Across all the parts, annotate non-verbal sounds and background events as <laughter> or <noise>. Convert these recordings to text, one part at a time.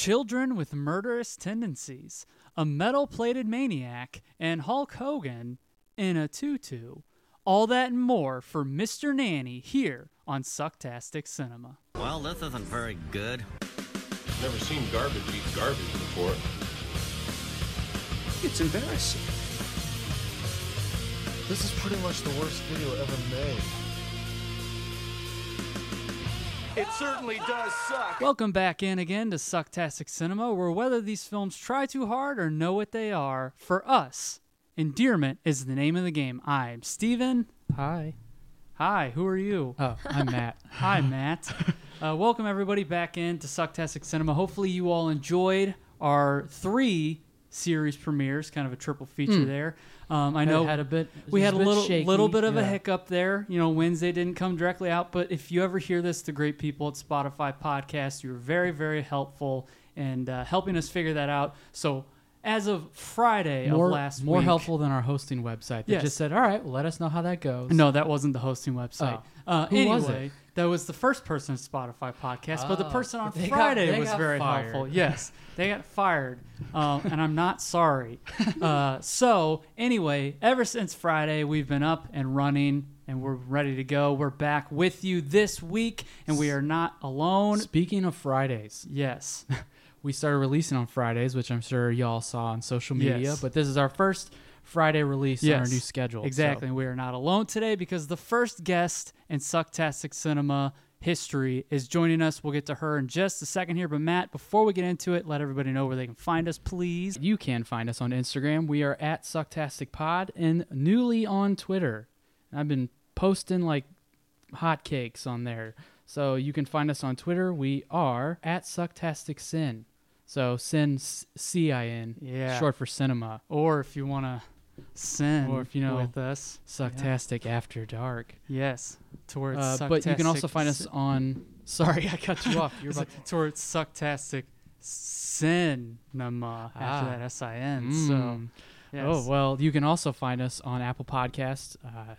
Children with Murderous Tendencies, a metal plated maniac, and Hulk Hogan in a tutu. All that and more for Mr. Nanny here on Sucktastic Cinema. Well, this isn't very good. Never seen garbage eat garbage before. It's embarrassing. This is pretty much the worst video ever made. It certainly does suck. Welcome back in again to Sucktastic Cinema, where whether these films try too hard or know what they are, for us, endearment is the name of the game. I'm Steven. Hi. Hi, who are you? Oh, I'm Matt. <laughs> Hi, Matt. Uh, welcome everybody back in to Sucktastic Cinema. Hopefully, you all enjoyed our three series premieres, kind of a triple feature there. Um, I know Hmm. had a bit- We it was had a a bit little shaky, little bit of a yeah. hiccup there. You know, Wednesday didn't come directly out, but if you ever hear this, the great people at Spotify podcast, you were very very helpful and uh, helping us figure that out. So. As of Friday More, of last more week, helpful than our hosting website. They Yes. just said, all right, well, let us know how that goes. No, that wasn't the hosting website. Oh. Uh, Who anyway, was it? that was the first person at Spotify podcast, but the Oh. person on They got- Friday they was got very fired. helpful. Yes, they got fired, um, and I'm not <laughs> sorry. Uh, so anyway, ever since Friday, we've been up and running, and we're ready to go. We're back with you this week, and we are not alone. Speaking of Fridays, Yes, we started releasing on Fridays, which I'm sure y'all saw on social media, Yes. but this is our first Friday release on our Yes, new schedule. so- Exactly. We are not alone today because the first guest in Sucktastic Cinema history is joining us. We'll get to her in just a second here. But Matt, before we get into it, let everybody know where they can find us, please. You can find us on Instagram. We are at Sucktastic Pod and newly on Twitter. And I've been posting like hotcakes on there. So you can find us on Twitter. We are at Sucktastic Sin. So Sin C I N. Yeah. Short for cinema. Or if you want to send Or if you know- with us. Sucktastic After Dark. Yes. Towards Uh, but you can also find us on. <laughs> Sorry, I cut you off. You're about <laughs> towards Sucktastic Cinema after Ah. that S I N. So Mm. yes. Oh, well, you can also find us on Apple Podcasts, uh,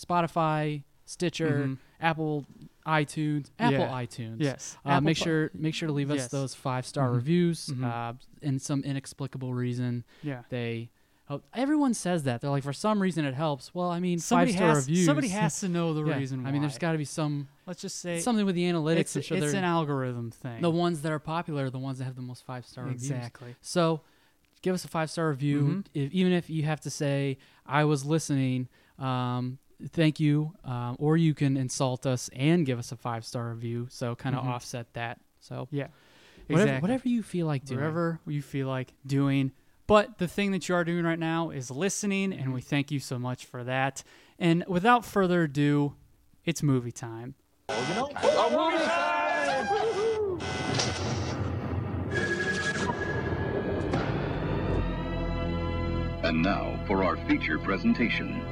Spotify, Stitcher, Mhm. Apple iTunes, Apple Yeah. iTunes. Yes. Uh, Apple make Po- sure make sure to leave us Yes. those five star reviews. Mhm. Uh, in some inexplicable reason, yeah. they help. Everyone says that they're like for some reason it helps. Well, I mean, Somebody five star has, reviews. somebody <laughs> has to <laughs> know the Yeah. reason why. I mean, there's got to be some Let's just say something with the analytics. it's, I'm sure it's they're- an algorithm thing. the ones that are popular are the ones that have the most five star reviews. Exactly. Mm-hmm. So give us a five star review, if, even if you have to say, I was listening, um, thank you. Um, or you can insult us and give us a five star review. So kind of offset that. So Mm-hmm. Yeah. whatever, exactly. whatever you feel like doing. Whatever you feel like doing. But the thing that you are doing right now is listening, Mm-hmm. and we thank you so much for that. And without further ado, it's movie time. And now for our feature presentation.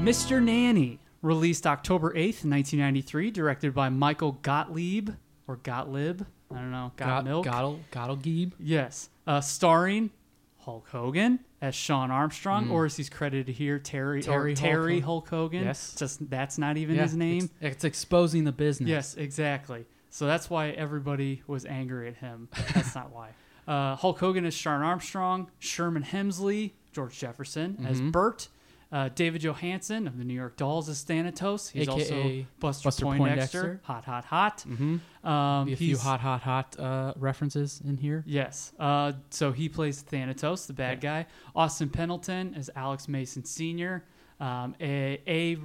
Mr. Nanny, released October 8th, 1993, directed by Michael Gottlieb or Gottlieb. I don't know. Got, Got, milk. Goddle, Gottlieb. Yes. Uh, starring Hulk Hogan as Sean Armstrong, or as he's credited here, Terry Terry, Terry or Hulk Mm. Terry Hogan. Hulk Hogan. Yes. Just, that's not even Yeah, his name. It's, it's exposing the business. Yes, exactly. So that's why everybody was angry at <laughs> him. That's not why. Uh, Hulk Hogan as Sharon Armstrong, Sherman Hemsley, George Jefferson as Bert, uh, David Johansen of the New York Dolls as Thanatos. He's AKA also Buster, Buster Poindexter. Poindexter. Hot, hot, hot. Um, Be a few he's- hot, hot, hot uh, references in here. Yes. Uh, so he plays Thanatos, the bad guy. Austin Pendleton is Alex Mason Sr. Um, a, a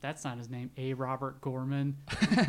that's not his name. A Robert <laughs> Gorman.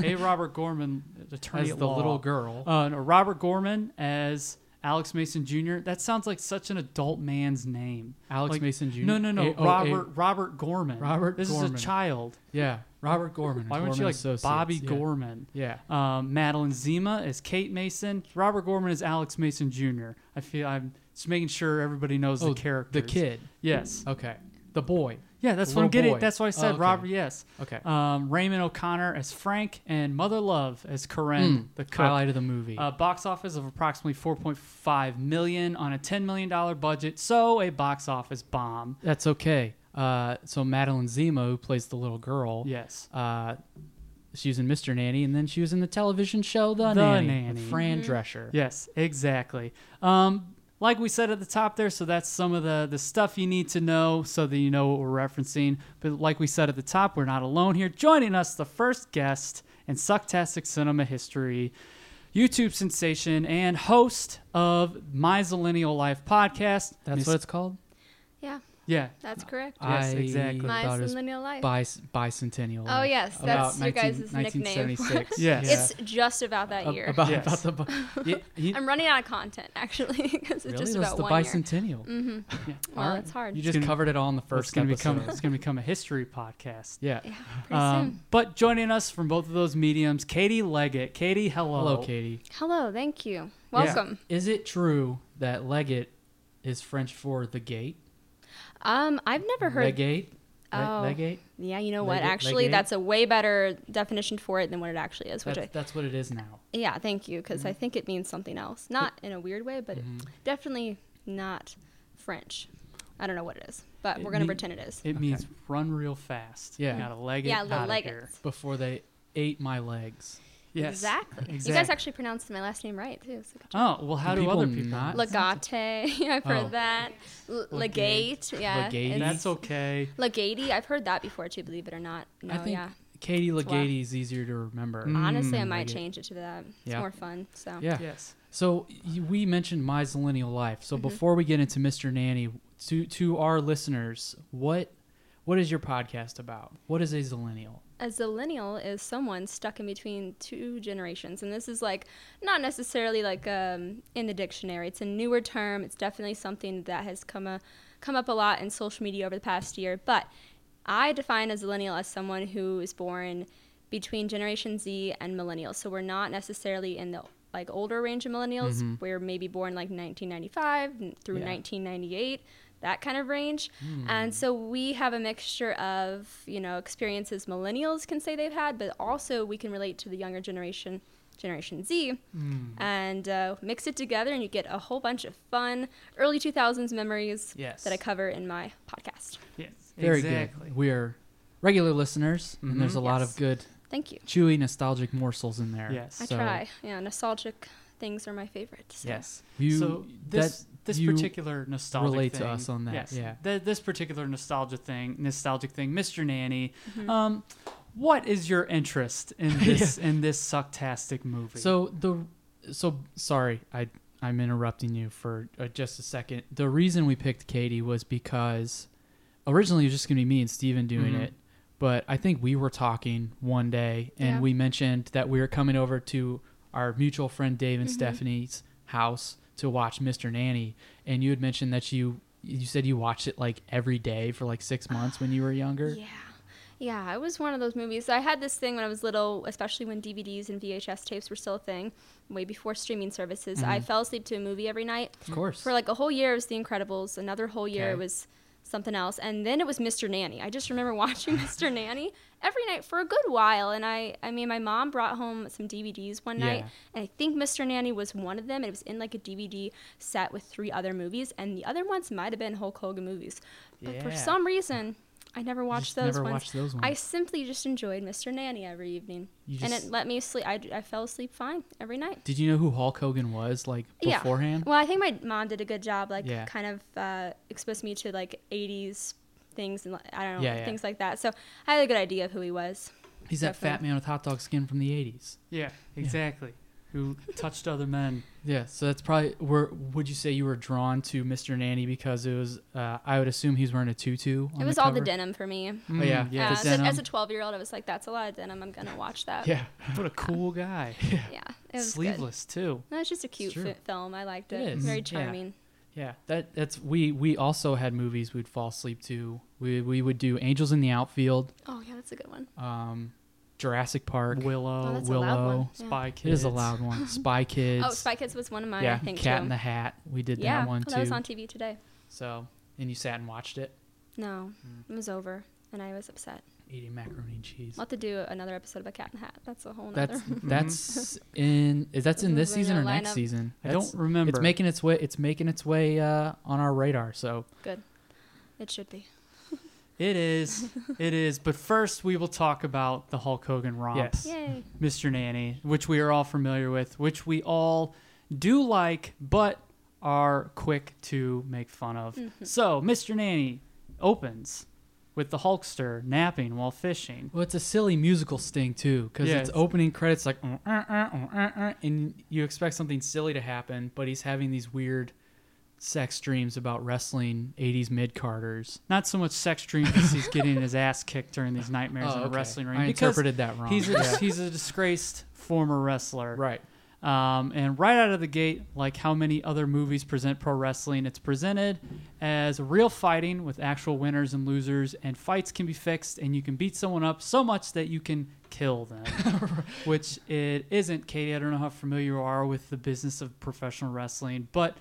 a Robert Gorman, uh, attorney As at the law. little girl. Uh, no, Robert Gorman as Alex Mason Jr. That sounds like such an adult man's name. Alex Like- Mason Jr.? No, no, no. A- oh, A- Robert Robert Gorman. Robert This Gorman. is a child. Yeah. Robert Gorman. Why wouldn't Gorman you like Associates. Bobby yeah. Gorman? Yeah. Um, Madeline Zima is Kate Mason. Robert Gorman is Alex Mason Jr. I feel I'm just making sure everybody knows the Oh, character. The kid. Yes. Okay. The boy. Yeah, that's the what I'm little getting. boy. That's why I Oh, said okay. Robert. Yes. Okay. Um, Raymond O'Connor as Frank and Mother Love as Corinne, Hmm. the cook. Highlight of the movie. Uh, box office of approximately 4.5 million on a 10 million dollar budget, so a box office bomb. That's okay. Uh, so Madeline Zima, who plays the little girl, Yes. uh, She was in Mr. Nanny, and then she was in the television show The The, Nanny, Nanny. with Fran Mm-hmm. Drescher. Yes, exactly. Um, like we said at the top there, so that's some of the, the stuff you need to know so that you know what we're referencing. But like we said at the top, we're not alone here. Joining us, the first guest in Sucktastic Cinema History, YouTube sensation and host of My Zillennial Life podcast. That's Miss- what it's called. Yeah, Yeah, that's correct. Yes, Uh, I exactly. My thought it was Millennial Life. bis- bicentennial. Oh, Life. yes, About that's your guys' 19- nickname. <laughs> 1976. Yes. Yeah. It's just about that Ab- year. <laughs> About, Yes. about the. bi- <laughs> Yeah, he- I'm running out of content actually <laughs> because it's really? just That's about the one Mm-hmm. bicentennial. year. Well, Alright. it's hard. You It's just gonna- covered it all in the Well, it's first going to become episome. it's going to become a history podcast. yeah. Pretty Um, uh, soon. but joining us from both of those mediums, Katie Leggett. Katie, hello. Hello, Katie. Hello, thank you. Yeah. Welcome. Is it true that Leggett is French for the gate? Um, I've never heard. Legate? Le- Oh. Legate? Yeah, you know what? Legate- actually, legate? that's a way better definition for it than what it actually is. Which That's, Mm-hmm. I, that's what it is now. yeah, thank you, because I think it means something else. Not in a weird way, but Mm-hmm. definitely not French. I don't know what it is, but It we're gonna mean- pretend it is. It means run real fast. Yeah. Gotta leg it yeah, outta the here. leggings. Before they ate my legs. Yes. Exactly. You guys Exact- actually pronounced my last name right too. So good job. Oh, well, how Do do other people people not- <laughs> Legate, I've heard Oh. that. L- Legate. legate, yeah. Legate. it's- That's okay. Legate, I've heard that before too. Believe it or not. No, I think yeah. Katie It's wild. Legate is easier to remember. Honestly, I Mm, might Legate. change it to that. It's Yeah. more fun. So Yeah. Yes. Mm-hmm. So y- we mentioned my millennial life. So before we get into Mr. Nanny, to to our listeners, what what is your podcast about? What is a zillennial? a zillennial is someone stuck in between two generations, and this is like not necessarily like um, in the dictionary. It's a newer term. It's definitely something that has come a, come up a lot in social media over the past year. But I define a zillennial as someone who is born between Generation Z and millennials. So we're not necessarily in the like older range of millennials. We're maybe born like 1995 n- through Mm-hmm. Yeah. Hmm. 1998, that kind of range. And so we have a mixture of you know experiences millennials can say they've had, but also we can relate to the younger generation. Generation Z, Hmm. and uh, mix it together, and you get a whole bunch of fun early 2000s memories Yes. that I cover in my podcast. Yes. Very exactly. Mm-hmm. good. We are regular listeners, and there's a lot Yes. of good, Thank you. chewy, nostalgic morsels in there. Yes. I So- try. Yeah, nostalgic things are my favorite. so. Yes. You- so that this this you particular nostalgic relate to thing- us on that, Yes. yeah. Th- this particular nostalgia thing, nostalgic thing, Mr. Nanny. Um, what is your interest <laughs> in this in this sucktastic movie? So the so sorry, I I'm interrupting you for uh, just a second. The reason we picked Katie was because originally it was just going to be me and Steven doing it, but I think we were talking one day and Yeah. we mentioned that we were coming over to our mutual friend Dave Mm-hmm. and Stephanie's house to watch Mr. Nanny and you had mentioned that you you said you watched it like every day for like 6 months when you were younger. Yeah. Yeah, it was one of those movies. I had this thing when I was little, especially when DVDs and VHS tapes were still a thing, way before streaming services. I fell asleep to a movie every night. Of course. For like a whole year, it was The Incredibles. Another whole year, Okay. it was something else. And then it was Mr. Nanny. I just <laughs> remember <laughs> watching Mr. Nanny every night for a good while. And I, I mean, my mom brought home some DVDs one night, Yeah. and I think Mr. Nanny was one of them. It was in like a DVD set with three other movies, and the other ones might have been Hulk Hogan movies. But for Yeah. some reason, I never watched just those never ones. watched those I ones. simply just enjoyed Mr. Nanny every evening, You and just- it let me sleep. I, I fell asleep fine every night. Did you know who Hulk Hogan was like beforehand? Yeah. Well, I think my mom did a good job, like Yeah. kind of uh, exposed me to like '80s things and like, I don't know Yeah, yeah. things like that. So I had a good idea of who he was. He's that fat Definitely. man with hot dog skin from the 80s. yeah, exactly. Who touched other men? Yeah, so that's probably where would you say you were drawn to Mr. Nanny because it was uh, I would assume he's wearing a tutu. On it was the all the cover. denim for me. Oh, yeah, Yeah, yeah, the as, a, as a denim. 12 year old, I was like, "That's a lot of denim. I'm gonna watch that." <laughs> yeah. What a cool guy. yeah. <laughs> It was Good. Sleeveless too. No, it's just a cute true. fi- film. I liked It it. is, Very yeah. charming. Yeah, that that's we we also had movies we'd fall asleep to. We we would do Angels in the Outfield, Oh yeah, that's a good one. um, Jurassic Park. Willow, Oh, that's a Willow, loud one. Yeah. Spy it Kids. is a loud <laughs> one. Spy Kids. Oh, Spy Kids was one of mine. Yeah, I think Cat too. in the Hat. We did yeah, that one well, too. that was on TV today. So and you sat and watched it, No, Mm. it was over, and I was upset. eating macaroni and cheese. I'll have to do another episode of A Cat in the Hat. That's a whole nother. <laughs> That's that's in is that's in this Mm-hmm. Those are season or gonna line next up. season? I don't That's- remember. It's making its way. It's making its way uh, on our radar. So Good. It should be. It <laughs> is. It is. But first, we will talk about the Hulk Hogan romp. Yes. <laughs> Yay. Mr. Nanny, which we are all familiar with, which we all do like, but are quick to make fun of. Mm-hmm. So, Mr. Nanny opens with the Hulkster napping while fishing. Well, it's a silly musical sting too, because Yeah, it's it's- opening credits like, "Uh, uh, uh, uh, uh," and you expect something silly to happen, but he's having these weird sex dreams about wrestling '80s mid carders. Not so much sex dream because he's getting <laughs> his ass kicked during these nightmares Oh, in a okay. wrestling ring. I because interpreted that wrong. He's a, Yeah. he's a disgraced former wrestler. Right. Um, and right out of the gate, like how many other movies present pro wrestling, it's presented as real fighting with actual winners and losers, and fights can be fixed, and you can beat someone up so much that you can kill <laughs> them. Which it isn't, Katie. I don't know how familiar you are with the business of professional wrestling, but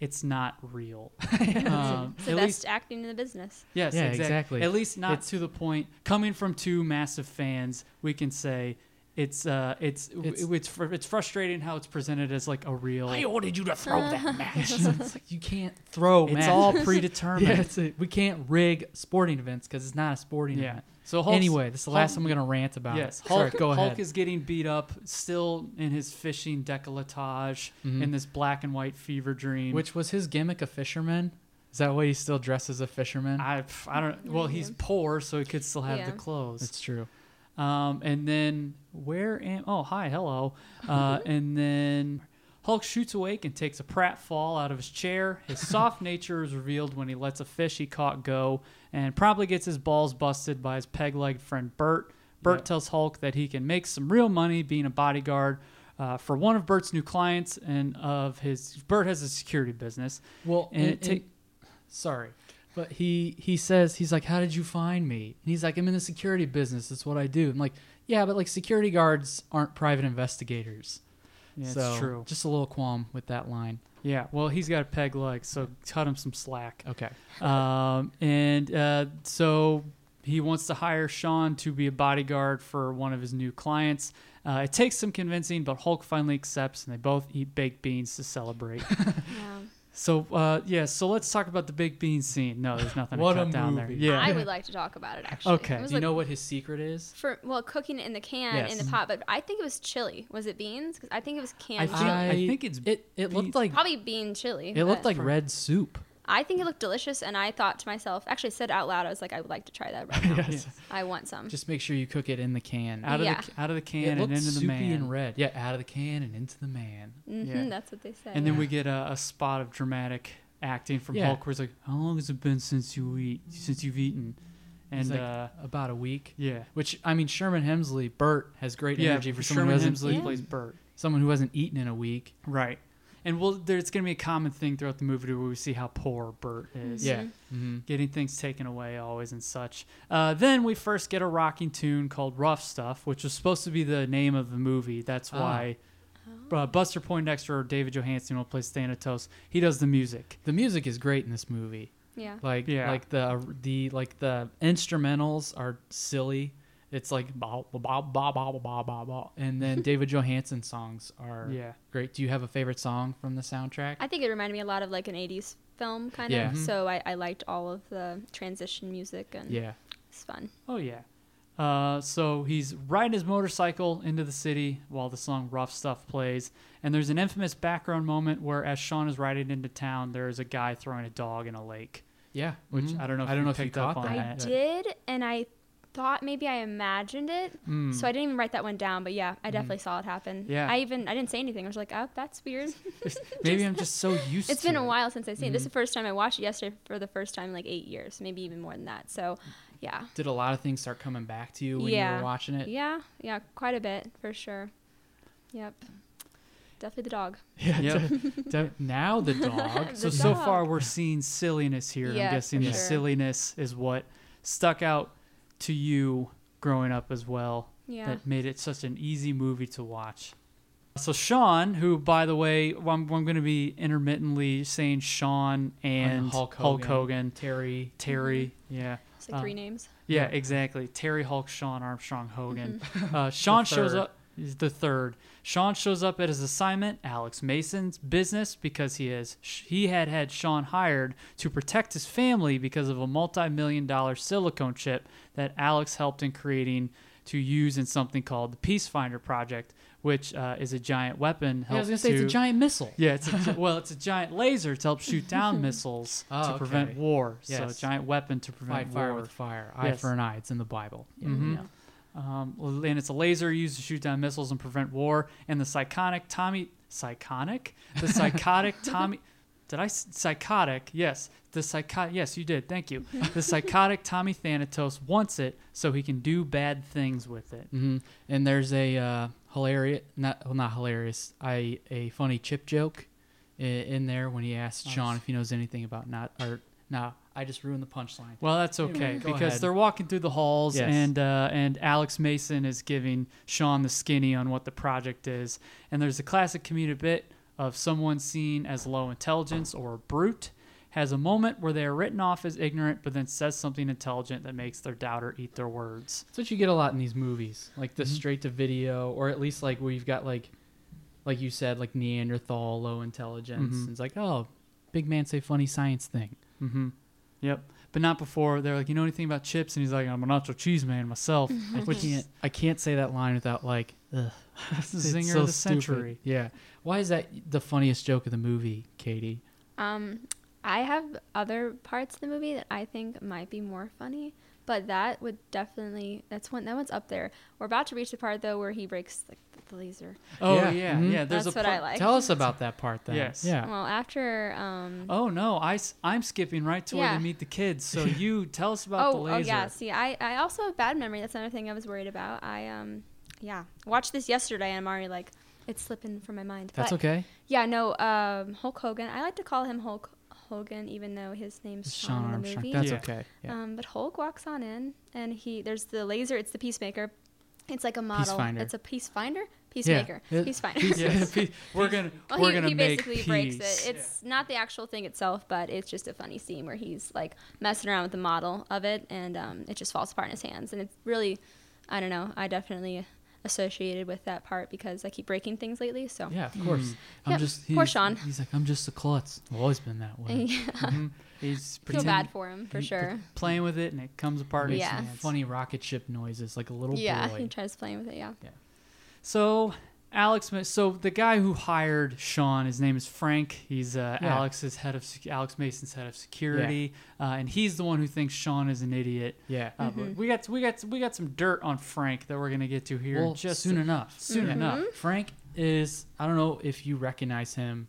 it's not <laughs> real. um, It's the best acting in the business. Yes, Yeah, exact- exactly. At least not It's- to the point. Coming from two massive fans, we can say it's uh, it's it's It's- it's, fr- it's frustrating how it's presented as like a real. ordered you to throw that match. <laughs> it's like you can't throw. it's <laughs> matches. <laughs> all predetermined. Yeah, it's a, we can't rig sporting events because it's not a sporting Yeah. event. So Hulk's- anyway, this is the last Hulk- time I'm gonna rant about. Yes, it. Hulk. Sorry, go Hulk ahead. is getting beat up, still in his fishing decolletage, in this black and white fever dream. Mm-hmm. Which was his gimmick, a fisherman? Is that why he still dresses a fisherman? I, pff, I don't. Well, he's poor, so he could still have the Yeah. clothes. That's true. Um, and then where am? Oh, hi, hello. Uh, and then Hulk shoots awake and takes a pratfall out of his chair. His soft nature is revealed when he lets a fish he caught go, and probably gets his balls busted by his peg-legged friend Bert. Bert tells Hulk that he can make some real money being a bodyguard. Uh, for one of Bert's new clients and of his, Bert has a security business. Well, and, and- it ta- and- sorry but he he says he's like how did you find me and he's like i'm in the security business that's what i do i'm like yeah but like security guards aren't private investigators yeah, it's so true. just a little qualm with that line Yeah, well, he's got a peg leg, so cut him some slack. okay um, and uh, so he wants to hire Sean to be a bodyguard for one of his new clients. Uh, it takes some convincing, but Hulk finally accepts, and they both eat baked beans to <laughs> celebrate. So uh, yeah, so let's talk about the baked bean scene. No, there's nothing What to a cut down movie. there. Yeah, I would like to talk about it actually. Okay, It was do you like- know what his secret is for well cooking it in the can in Yes. the pot, but I think it was chili. Was it beans? 'Cause I think it was I canned think, chili. I think it's it it beans. looked like Probably bean chili. it looked but like red soup I think it looked delicious, and I thought to myself, actually said out loud, I was like, I would like to try <laughs> that right now. I want some. just make sure you cook it in the can out of yeah. the out of the it can and looked into the soupy man. and red yeah out of the can and into the man hmm yeah. That's what they said. And then we get a, a spot of dramatic acting from Yeah. Hulk, where it's like, "How long has it been since you eat since you've eaten?" And It's like uh, about a week yeah, which i mean sherman hemsley burt has great energy for someone who Sherman hasn't Hemsley Yeah. plays Bert. someone who hasn't eaten in a week. Right. And we'll, there, it's going to be a common thing throughout the movie where we see how poor Bert Mm-hmm. is. Yeah. Getting things taken away always and such. Uh, then we first get a rocking tune called Rough Stuff, which was supposed to be the name of the movie. That's Ah. why Oh. uh, Buster Poindexter or David Johansen will play Thanatos. He does the music. The music is great in this movie. yeah. Like Yeah. like the the like the instrumentals are silly. It's like ba ba ba ba ba ba ba ba, and <laughs> then David Johansen songs are Yeah. great. Do you have a favorite song from the soundtrack? I think it reminded me a lot of like an 80s film kind Yeah. Mm-hmm. of. So I, I liked all of the transition music and yeah, it's fun. Oh yeah. Uh, so he's riding his motorcycle into the city while the song "Rough Stuff" plays, and there's an infamous background moment where, as Sean is riding into town, there is a guy throwing a dog in a lake. yeah. Which mhm. I don't know. If I don't you know if you picked up caught on I that. that. <laughs> did, and I thought maybe I imagined it. So I didn't even write that one down, but yeah, I definitely saw it happen. Hmm. Yeah. I even I didn't say anything. I was like, oh, that's weird. Maybe I'm just so used. <laughs> It's to been a it. while since I've seen it. Hmm. This is the first time I watched it yesterday for the first time in like eight years, maybe even more than that. So, yeah. Did a lot of things start coming back to you when you Yeah. were watching <laughs> it? Yeah, yeah, quite a bit for sure. Yep. Definitely the dog. Yep. De- now the dog. so <laughs> The so dog. far we're seeing silliness here. Yeah, I'm for guessing the sure. silliness is what stuck out to you growing up as well. Yeah. That made it such e-, an easy movie to watch. So Sean, who by the way, I'm, I'm going to be intermittently saying Sean and Hulk Hogan. Terry, Mm-hmm. Terry, yeah, um, It's like three names. <laughs> yeah, exactly. Terry Hulk, Sean Armstrong, Hogan. Uh, Sean shows Mm-hmm. third. up. He's the third. Sean shows up at his assignment, Alex Mason's business, because he is he had had Sean hired to protect his family because of a multi-million dollar silicone chip that Alex helped in creating to use in something called the Peace Finder Project, which uh, is a giant weapon. I helped was gonna say it's a to- giant missile. yeah, it's <laughs> a, well, it's a giant laser to help shoot down missiles Oh, to prevent okay. war. So a Yes. giant weapon to Fight prevent fire war. with fire. Eye Yes. for an eye. It's in the Bible. Yeah, yeah. Um, and it's a laser used to shoot down missiles and prevent war. And the psychotic Tommy, psychotic, the psychotic Tommy. Did I s- psychotic? Yes, the psychotic. Yes, you did. Thank you. The psychotic Tommy Thanatos wants it so he can do bad things with it. And there's a uh, hilarious, not well, not hilarious. I a funny chip joke i- in there when he asks Sean if he knows anything about not art. Nah, I just ruined the punchline. Well, that's okay go because ahead. they're walking through the halls, Yes. and uh, and Alex Mason is giving Sean the skinny on what the project is, and there's a classic comedic bit of someone seen as low intelligence or a brute has a moment where they are written off as ignorant, but then says something intelligent that makes their doubter eat their words. That's what you get a lot in these movies, like Mm-hmm. the straight to video, or at least like where you've got like, like you said, like Neanderthal, low intelligence. Mm-hmm. And it's like, oh, big man say funny science thing. Yep. But not before they're like, you know anything about chips? And he's like, I'm a nacho cheese man <laughs> myself. Mm-hmm. I can't, I can't say that line without like, ugh, <laughs> That's the it's zinger so of the stupid. century. Yeah. Why is that the funniest joke of the movie, Katie? Um, I have other parts of the movie that I think might be more funny, but that would definitely that's one that one's up there. We're about to reach the part though where he breaks like the laser. Oh yeah, Yeah. yeah. Mhm. There's That's a what I part- like. Tell us about that part then. Yes. Yeah. Well, after um Oh no, I, am skipping right to where Yeah. they meet the kids. So you tell us about oh, the oh, laser. yeah, see I I also have bad memory. That's another thing I was worried about. I um yeah, watched this yesterday and I'm already like it's slipping from my mind. That's But- okay. Yeah, no, um Hulk Hogan. I like to call him Hulk Hogan even though his name's Sean, Sean in the Armstrong. movie. That's Yeah. okay. Yeah. Um, but Hulk walks on in, and he there's the laser. It's the peacemaker. It's like a model. finder. It's a peace finder. Peacemaker. It- Peace finder. <laughs> <laughs> Yes. we're gonna Well, we're he, gonna he make basically peace. breaks it. It's not the actual thing itself, but it's just a funny scene where he's like messing around with the model of it, and um, it just falls apart in his hands. And it's really, I don't know. I definitely associated with that part because I keep breaking things lately. So Yeah, of course. I'm Yep, just- poor he's- Sean. He's like, I'm just a klutz. I've Hmm. always been that <laughs> way. He's feel pretend- bad for him for he- sure. Playing with it and it comes apart. Yeah. Yeah. Funny. Funny rocket ship noises, like a Oh, little Yeah, boy. he tries playing with it. Yeah. So Alex, Ma- so the guy who hired Sean, his name is Frank. He's uh, Yeah. Alex's head of sec- Alex Mason's head of security, uh, and he's the one who thinks Sean is an idiot. yeah. Uh, Mm-hmm. but we got we got we got some dirt on Frank that we're gonna get to here well, just soon enough. soon Mm-hmm. Yeah. enough. Frank is. I don't know if you recognize him.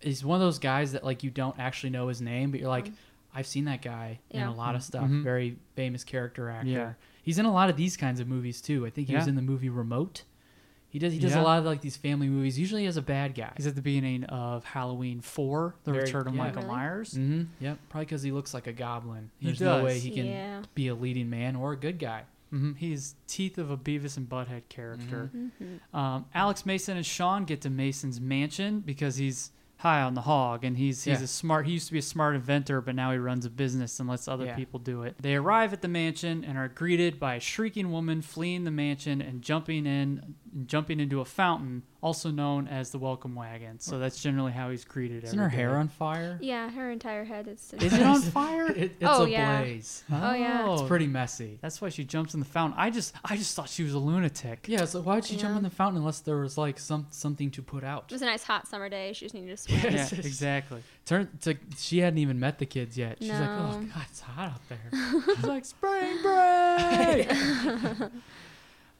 He's one of those guys that like you don't actually know his name, but you're like, I've seen that guy in Yeah. a lot of stuff. Very famous character actor. Mm-hmm. Yeah. He's in a lot of these kinds of movies too. I think he was Yeah. in the movie Remote. He does. He does Yeah. a lot of like these family movies. Usually as a bad guy. He's at the beginning of Halloween Four, The Very- Return of yeah. Michael Really? Myers. Mm-hmm. Yep. Probably because he looks like a goblin. He There's does. no way he can Yeah. be a leading man or a good guy. Mhm. He's teeth of a Beavis and Butthead character. Mm-hmm. Um, Alex Mason and Sean get to Mason's mansion because he's high on the hog and he's he's Yeah. a smart. He used to be a smart inventor, but now he runs a business and lets other Yeah. people do it. They arrive at the mansion and are greeted by a shrieking woman fleeing the mansion and jumping in, jumping into a fountain, also known as the welcome wagon. So that's generally how he's greeted. Isn't her every hair day. on fire? Yeah, her entire head is. Is it on fire? <laughs> It, it's Oh, a yeah. blaze. Oh, yeah. It's pretty messy. That's why she jumps in the fountain. I just I just thought she was a lunatic. Yeah, so why would she jump Yeah. in the fountain unless there was like some something to put out? It was a nice hot summer day. She just needed <laughs> to <laughs> swim. Yeah, Yes. exactly. Turn to she hadn't even met the kids yet. She's like, Oh No. god, it's hot out <laughs> there. It's like spring break.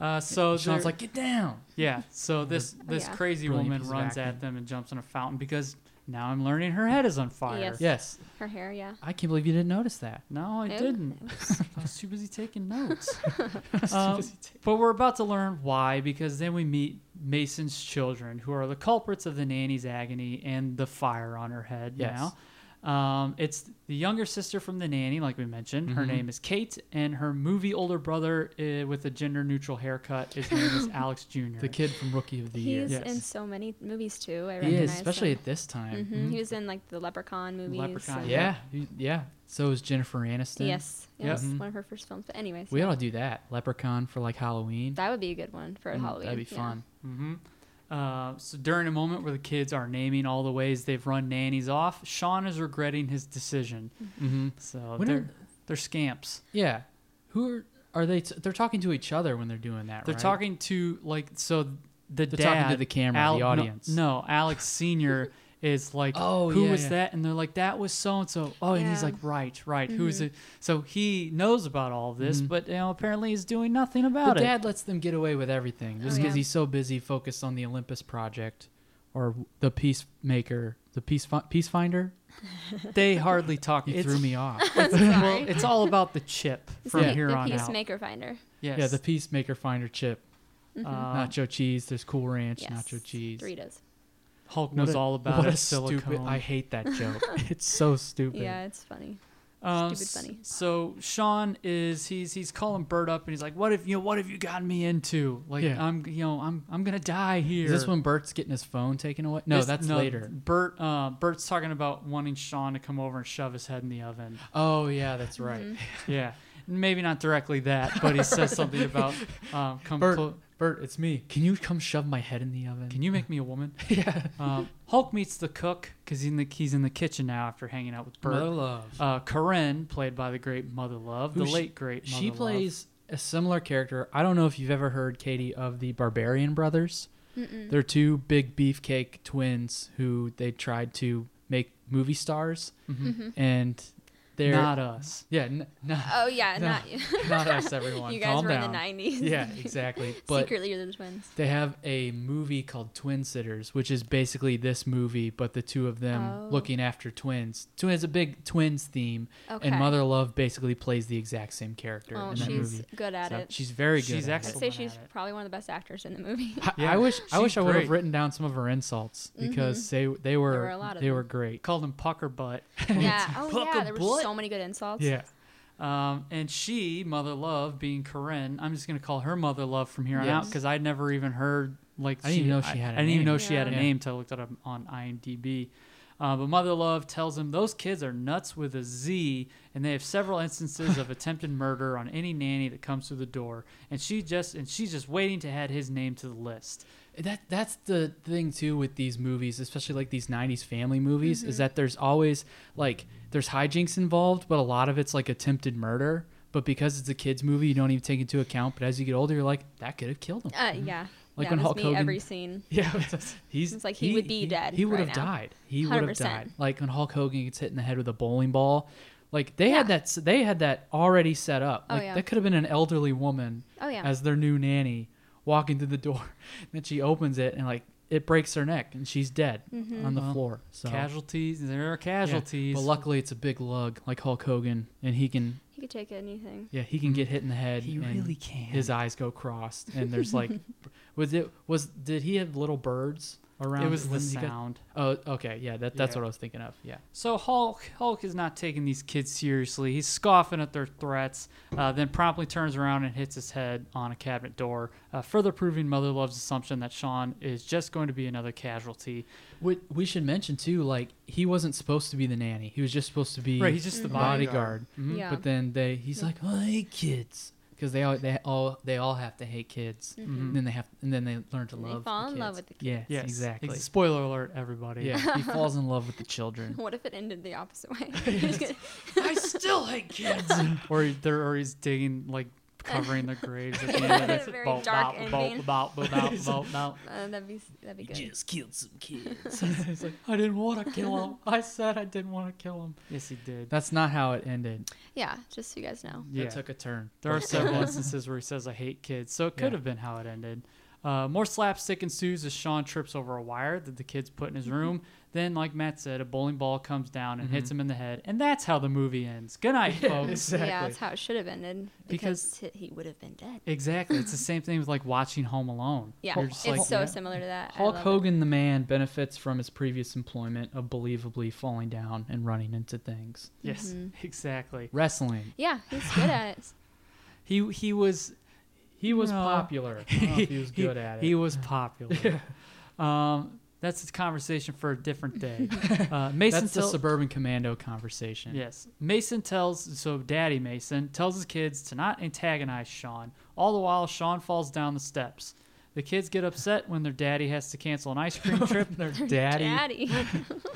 uh, so Sean's they're- like, Get down. yeah. So this this oh, yeah. crazy Brilliant woman piece of runs acting. at them and jumps in a fountain because now I'm learning her head is on fire. Yes. Yes. Her hair, yeah. I can't believe you didn't notice that. No, I Nope. didn't. <laughs> <laughs> I was too busy taking notes. Um, but we're about to learn why, because then we meet Mason's children, who are the culprits of the nanny's agony and the fire on her head Yes. now. Um, it's the younger sister from the nanny, like we mentioned. Her Mm-hmm. name is Kate, and her movie older brother uh, with a gender neutral haircut, <laughs> his name is Alex Jr. The kid from Rookie of the Year. He's Yes. in so many movies too. I He recognize is, especially him. at this time. Mm-hmm. Mhm, He was in like the Leprechaun movies. Leprechaun, and- Yeah. you- Yeah. So is Jennifer Aniston. Yes. Yep. It was one of her first films. But anyways, Mm-hmm. We yeah. ought to do that. Leprechaun for like Halloween. that would be a good one for Mm, Halloween. That'd be yeah. fun. Uh, so during a moment where the kids are naming all the ways they've run nannies off, Sean is regretting his decision. Mm-hmm. So When they're are- they're scamps. Yeah. Who are, are they? T- they're talking to each other when they're doing that. They're right? talking to like so the They're dad talking to the camera, the no- audience. No, Alex Senior <laughs> is like, Oh, who yeah, was yeah. that? And they're like, that was so and so. Oh, and he's Yeah. like, Mm-hmm. right, right. Who is it? So he knows about all of this, but you know, apparently he's doing nothing Mm-hmm. The about it. dad lets them get away with everything just Oh, because yeah. he's so busy focused on the Olympus project or the peacemaker, the peace fi- peace finder. they hardly <laughs> talk. You It's- threw <laughs> me off. well, it's all about the chip from the, here the on out. peacemaker finder. Yes. Mm-hmm. Uh, Yeah, the peacemaker finder chip. Uh, nacho cheese. There's Cool Ranch Yes. nacho cheese. Doritos. Hulk What knows a- all about what it. a silicone. stupid. I <laughs> hate that joke. it's so stupid. Yeah, it's <laughs> funny. Um, Stupid s- bunny. So Sean is he's he's calling Bert up and he's like, "What if you know? What have you gotten me into? Like Yeah. I'm you know I'm I'm gonna die here." Is this when Bert's getting his phone taken away? No, This- that's later. Bert uh, Bert's talking about wanting Sean to come over and shove his head in the <laughs> oven. Oh yeah, that's right. yeah, maybe not directly that, but he says something about um, come. Bert, clo- Bert, it's me. Can you come shove my head in the oven? Can you <laughs> make me a woman? yeah. Um, Hulk meets the cook because he's in the he's in the kitchen now after hanging out with Bert. Mother love. Uh, Corinne, played by the great Mother Love, the Who she- late great. Mother She Love. plays a similar character. I don't know if you've ever heard Katie of the Barbarian Brothers. They're two big beefcake twins who they tried to make movie stars, Mm-hmm. and they're Mm-hmm. not us. yeah, n- <laughs> not, Oh yeah, No, not <laughs> not us. Everyone, you guys calm were down. in the '90s. <laughs> Yeah, exactly. But Secretly, you're the twins. they have a movie called Twin Sitters, which is basically this movie, but the two of them Oh. looking after twins. Twin is a big twins theme, and Okay. Mother Love basically plays the exact same character Oh, in that she's movie. good at So it. She's very good. She's at it. I'd excellent. say at she's it. probably one of the best actors in the <laughs> movie. I, I Yeah, wish I she's wish I would great. have written down some of her insults because they they were, Mm-hmm. were a lot of they them. were great. Called him Pucker Butt. <laughs> yeah. Oh Pucker yeah, there were butt. so many good insults. Yeah. Um, and she, Mother Love, being Corinne, I'm just gonna call her Mother Love from here on out Yes. because I'd never even heard like I didn't even know she had I a I didn't even name. know she had a Yeah. name until I looked it up on IMDb. Uh, but Mother Love tells him those kids are nuts with a Z, and they have several instances <laughs> of attempted murder on any nanny that comes through the door. And she just and she's just waiting to add his name to the list. That that's the thing too with these movies, especially like these '90s family movies, is that there's always like there's hijinks involved, but a lot of it's like attempted murder. But because it's a kids movie, you don't even take into account. But as you get older, you're like, that could have killed him. Uh, yeah. Mm-hmm. Like yeah, when that's Hulk me Hogan- Every scene. Yeah, he's <laughs> It's like he would be dead He would right have now. died. He would have 100%. died. Like when Hulk Hogan gets hit in the head with a bowling ball. Like they had Yeah. that. They had that already set up. Oh, Like yeah. that could have been an elderly woman. Oh, yeah. As their new nanny walking through the <laughs> door, and then she opens it and like it breaks her neck and she's dead Mm-hmm. on the floor. So Casualties, there are Oh. yeah. casualties. But luckily, it's a big lug like Hulk Hogan, and he can He could take anything. yeah, he can get hit in the head. He and really can. His eyes go crossed, and there's <laughs> like, was it was did he have little birds around? it was the when he got- sound. oh, okay, yeah, that, that's Yeah. what I was thinking of. Yeah, So Hulk Hulk is not taking these kids seriously. He's scoffing at their threats, uh, then promptly turns around and hits his head on a cabinet door, uh, further proving Mother Love's assumption that Sean is just going to be another casualty. we, we should mention too, like he wasn't supposed to be the nanny. He was just supposed to be Right, he's just the a bodyguard. Mm-hmm. bodyguard. Mm-hmm. Yeah. But then they, he's like, oh, I hate kids, because they all they all they all have to hate kids, and then they have and then they learn to Mm-hmm. they love. fall the in love kids. with the kids. Yes, Mm-hmm. Yes, exactly. ex- Spoiler alert, everybody. yeah, <laughs> he falls in love with the children. What if it ended the opposite <laughs> way? I still hate kids. <laughs> or they're or he's digging like covering their graves at the <laughs> end of it. Very Bop, dark bop, ending. bop, <laughs> bop, bop, bop, bop. <laughs> uh, that'd be that'd be good. killed some <laughs> kids. He's like, I didn't want to kill him. I said I didn't want to kill him. Yes, he did. That's not how it ended. Yeah, just so you guys know. yeah. It took a turn. There are <laughs> several instances where he says, I hate kids, so it could Yeah. have been how it ended. Uh, more slapstick ensues as Sean trips over a wire that the kids put in Mm-hmm. his room. then, like Matt said, a bowling ball comes down and hits him in the head. And that's how the movie ends. Good night, folks. Yeah, that's how it should have ended because, he, he would have been dead. Exactly. It's the same thing with like watching Home Alone. Yeah, You're it's just like, so yeah. similar to that. I Hulk love it. Hogan, the man, benefits from his previous employment of believably falling down and running into things. Yes, Mm-hmm. <laughs> exactly. Wrestling. Yeah, he's <laughs> good at it. He he was He was No. <laughs> popular. I don't know if he was good at it. He was popular. <laughs> um, that's a conversation for a different <laughs> day. Uh, Mason That's the Till- suburban commando conversation. Yes. Mason tells, so Daddy Mason tells his kids to not antagonize Sean. All the while, Sean falls down the steps. The kids get upset when their daddy has to cancel an ice <laughs> cream trip. their daddy. Daddy. <laughs>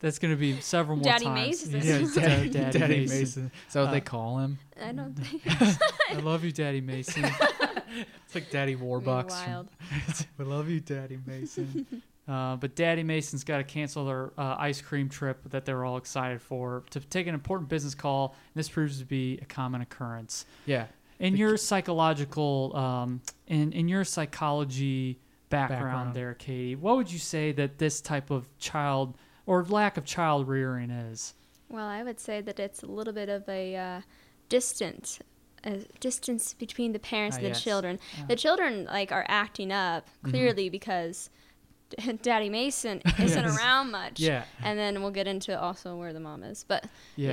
That's going to be several more Daddy times. <laughs> Mason. <laughs> Yeah, Yeah, Daddy, Uh, Daddy, Mason. Is that what they call him? <laughs> I don't think I love you, Daddy <laughs> Mason. it's like Daddy Warbucks. from- <laughs> wild. we love you, Daddy Mason. uh, but Daddy Mason's got to cancel their uh, ice cream trip that they were all excited for to take an important business call. And this proves to be a common occurrence. Yeah. In your psychological, um, in in your psychology background, Background. there, Katie, what would you say that this type of child or lack of child rearing is? Well, I would say that it's a little bit of a uh, distant a distance between the parents Ah, Mm-hmm. and the yes. children. The children like are acting up clearly because <laughs> <laughs> Daddy Mason isn't around much. Yeah. And then we'll get into also where the mom is, but Yes.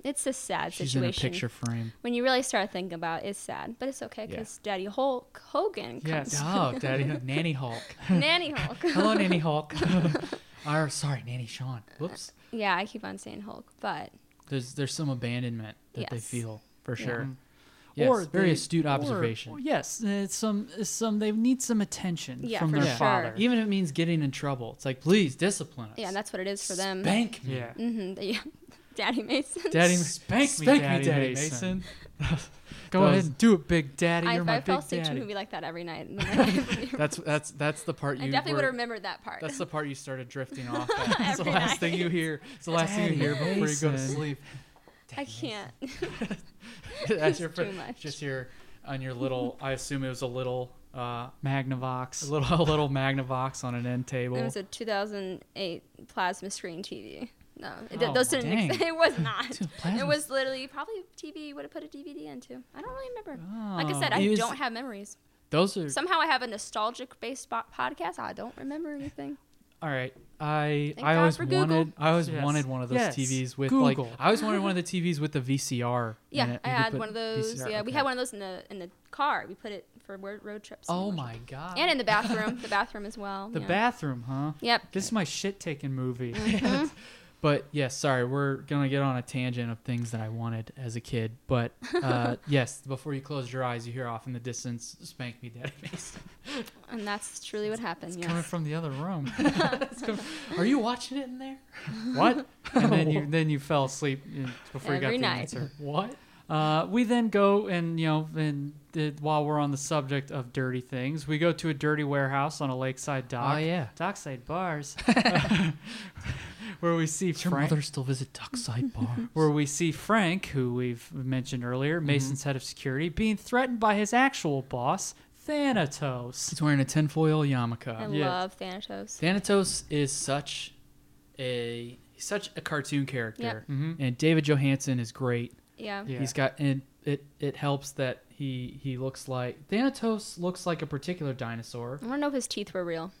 yeah, it's a sad She's in a situation. picture frame. When you really start thinking about, it, it's sad, but it's okay Yeah. because Daddy Hulk Hogan comes, <laughs> Yes. Oh, Daddy Nanny Hulk. <laughs> Nanny Hulk. Hello, <laughs> Nanny Hulk. <laughs> or sorry, Nanny Sean. Whoops. yeah, I keep on saying Hulk, but There's there's some abandonment that they Yes. Mm. feel for sure. Mhm. Yes, Or very they- astute or- observation. yes, uh, some some they need some attention Yeah, from for their sure. father. Even if it means getting in trouble, it's like please discipline us. yeah, and that's what it is for them. <laughs> Spank me, Yeah. hmm yeah, Daddy Mason. Daddy. Spank me, Daddy Mason. Go Those- ahead and do it, Big Daddy. I, You're if my I fell big asleep to a daddy. movie like that every <laughs> night, and then I, That's that's that's the part you. I definitely were- would have remembered that part. That's the part you started <laughs> drifting off. At. It's the Every last night. thing you hear. It's the last thing you hear Daddy before you go to Mason. <laughs> sleep. I can't. That's your It's fir- too much. just your on your <laughs> little. I assume it was a little uh, a Magnavox. <laughs> little a little Magnavox on an end table. It was a 2008 plasma screen TV. No, it, did- Oh, those didn't. Ex- dang. <laughs> it was not. Dude, plasma- It was literally probably TV. Would have put a DVD into. I don't really remember. like I said, I It was- don't have memories. Oh. Those are Somehow I have a nostalgic based bo- podcast. I don't remember anything. all right. I Thank I God always for Google. wanted I always Yes. wanted one of those Yes. TVs with Google. like I always wanted one of <laughs> the TVs with the VCR. in Yeah, it. I You could had put one of those. VCR yeah, we okay. had one of those in the in the car. We put it for wor- road trips. and Oh watched my it. god. And in <laughs> the bathroom, the bathroom as well. The yeah. Mm-hmm. bathroom, huh? Yep. This is my shit taking movie. <laughs> But yes, sorry, we're gonna get on a tangent of things that I wanted as a kid. But <laughs> uh, yes, before you close your eyes, you hear off in the distance, "Spank me, Daddy Mason." And that's truly what happened. Yes. Coming from the other room. <laughs> Are you watching it in there? what? And then <laughs> you then you fell asleep you know, before you Every got the night. answer. <laughs> What? Uh, we then go and you know and uh, while we're on the subject of dirty things, we go to a dirty warehouse on a lakeside dock. Oh, yeah. dockside <laughs> bars, <laughs> where we see Your Frank. mother still visit Duckside <laughs> Bar. where we see Frank, who we've mentioned earlier, Mm-hmm. Mason's head of security, being threatened by his actual boss, Thanatos. He's wearing a tinfoil yarmulke. I yeah. love Thanatos. Thanatos is such a he's such a cartoon character, Mm-hmm. and David Johansen is great. Yeah. Yeah. He's got and it it helps that he he looks like Thanatos looks like a particular dinosaur. I want to know if his teeth were real.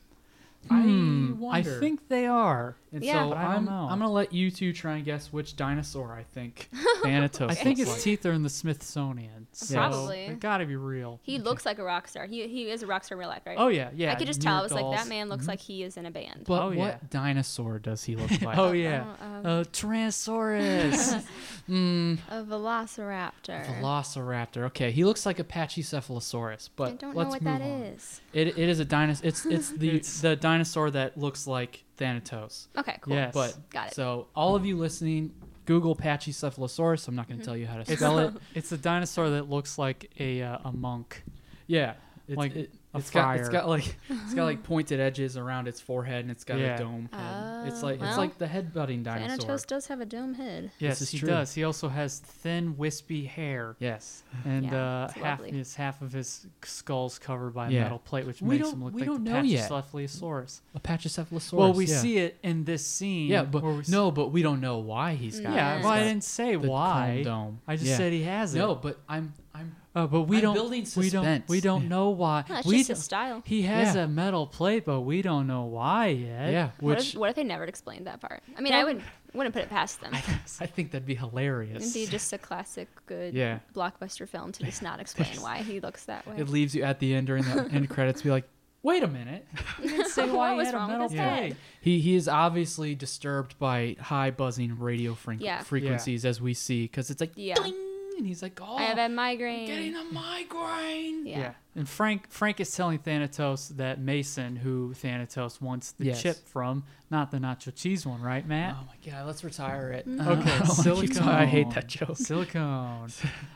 I Hmm, I wonder. think they are. And Yeah. so But I don't I'm know. I'm gonna let you two try and guess which dinosaur I <laughs> think Thanatos. I think looks his like. teeth are in the Smithsonian. So Probably. They gotta be real. He looks like a rock star. He he is a rock star in real life, right? Oh, yeah, yeah. I could just New tell. York I was like, Dolls. that man looks like he is in a band. But Oh, what yeah. dinosaur does <laughs> he <laughs> look like? Oh, yeah. Oh, um, uh, <laughs> <laughs> Tyrannosaurus. a velociraptor. Velociraptor. Okay, he looks like a Pachycephalosaurus, but I don't know let's what move that on. is. It, it is a dinosaur. <laughs> It's it's the It's- the dinosaur that looks like Thanatos. Okay, cool. Yes. But Got it. So all of you listening, Google <laughs> Pachycephalosaurus. I'm not Mm-hmm. going to tell you how to spell it. it's a dinosaur that looks like a uh, a monk. Yeah, it's, Like a it's got it's friar. got <laughs> like it's got like pointed edges around its forehead and it's got Yeah. a dome head. it's Oh, like it's well. like the headbutting dinosaur. Thanatos does have a dome head. Yes, is he true. does. He also has thin, wispy hair, Yes. and Yeah, uh, it's half lovely. his half of his skull's covered by a Yeah. metal plate, which We makes don't- him look we like don't the know yet. Pachycephalosaurus. A Pachycephalosaurus. Well, we yeah. see it in this scene. Yeah, but where we s- no, but we don't know why he's got. Yeah, he's well, I got didn't say the why. cone dome. I just Yeah. said he has it. No, but I'm I'm uh, but we I'm don't. building we don't. suspense. We don't know why. Well, that's we just his don't- style. He has Yeah. a metal plate, but we don't know why yet. yeah. <laughs> What Which if, what if they never explained that part? I mean, I would wouldn't put it past them. I think that'd be hilarious. <laughs> It'd be just a classic, good Yeah. blockbuster film to just not explain why he looks that way. It leaves you at the end during <laughs> the end credits, be like, wait a minute. say What why he was had a wrong with metal his plate. head? He he is obviously disturbed by high buzzing radio frequ- Yeah. frequencies as we see, because it's like, Yeah. "Ding!" and he's like, oh, I have a migraine. getting a migraine. yeah. Yeah. And Frank Frank is telling Thanatos that Mason, who Thanatos wants the Yes. chip from, not the nacho cheese one, right, Matt? Oh my god, let's retire it. Mm-hmm. <laughs> okay, silicone. I hate that joke. Silicone.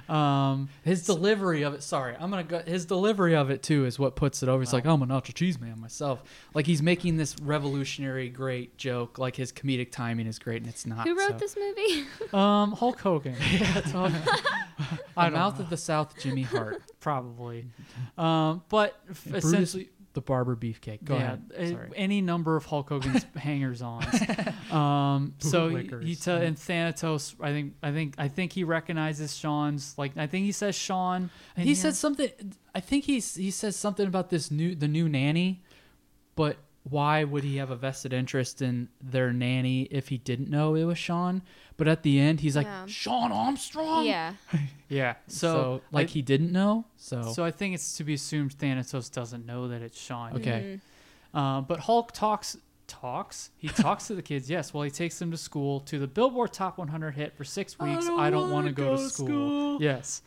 um, His delivery of it, sorry, I'm gonna go. His delivery of it too is what puts it over. It's like I'm a nacho cheese man myself. Like he's making this revolutionary great joke. Like his comedic timing is great, and it's not. Who so. wrote this <laughs> movie? um, Hulk <laughs> Hogan, I Mouth of the South, Jimmy Hart, <laughs> probably. Um, but f- Brutus essentially, the barber beefcake. Go yeah, ahead. a- Sorry. any number of Hulk Hogan's <laughs> hangers on. Um, so he, he Bootlickers. te- and Thanatos, I think, I think, I think he recognizes Sean's. Like, I think he says Sean. in he here. said something. I think he's he says something about this new the new nanny, but why would he have a vested interest in their nanny if he didn't know it was Sean? But at the end, he's like Yeah. Sean Armstrong. yeah. yeah. So, So, like I- he didn't know. So, So I think it's to be assumed Thanatos doesn't know that it's Sean. Mm-hmm. okay. Uh, but Hulk talks talks. He talks to the kids. Yes, while he takes them to school to the Billboard Top 100 hit for six weeks. I don't don't, want wanna to go, go to to school. school. Ah. Yes.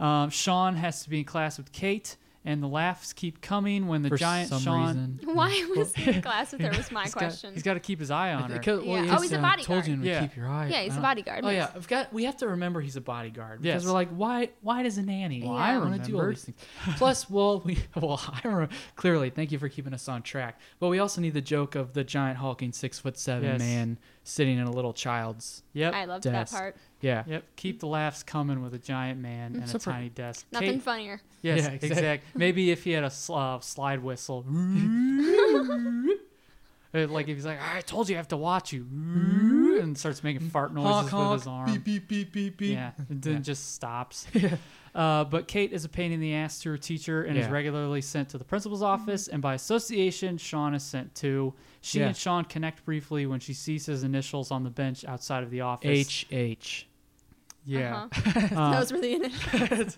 Um, Sean has to be in class with Kate, and the laughs keep coming when the For giant some Sean. reason, <laughs> Why was he <laughs> in class with her? Was my He's got- question. he's got to keep his eye on her. Because- well, Yeah. he Oh, is, he's a uh, bodyguard. Told you to Yeah. keep your eye. yeah, he's I a don't- bodyguard. Oh yeah, Yes. I've got. We have to remember he's a bodyguard because Yes. we're like, why? Why does a nanny? Well, I I want to do all remembered. these things. Plus, well, we <laughs> well, I remember clearly. Thank you for keeping us on track. But we also need the joke of the giant hulking six foot seven Yes. man sitting in a little child's. yep. I loved desk. that part. Yeah. Yep, keep the laughs coming with a giant man and a Super- tiny desk. Nothing Kate- funnier. Yes, Yeah, exact. exact- <laughs> Maybe if he had a sl- uh, slide <laughs> whistle, Uh, like if he's like, "I told you I have to watch you," <laughs> and starts making fart noises Honk, honk, with his arm. Beep beep beep beep beep. <laughs> Yeah, and then just stops. Uh, but Kate is a pain in the ass to her teacher and is Yeah. Mm-hmm. regularly sent to the principal's office. And by association, Sean is sent too. She Yeah. and Sean connect briefly when she sees his initials on the bench outside of the office. H H. Yeah. Uh-huh. <laughs> Uh, Those were the initials.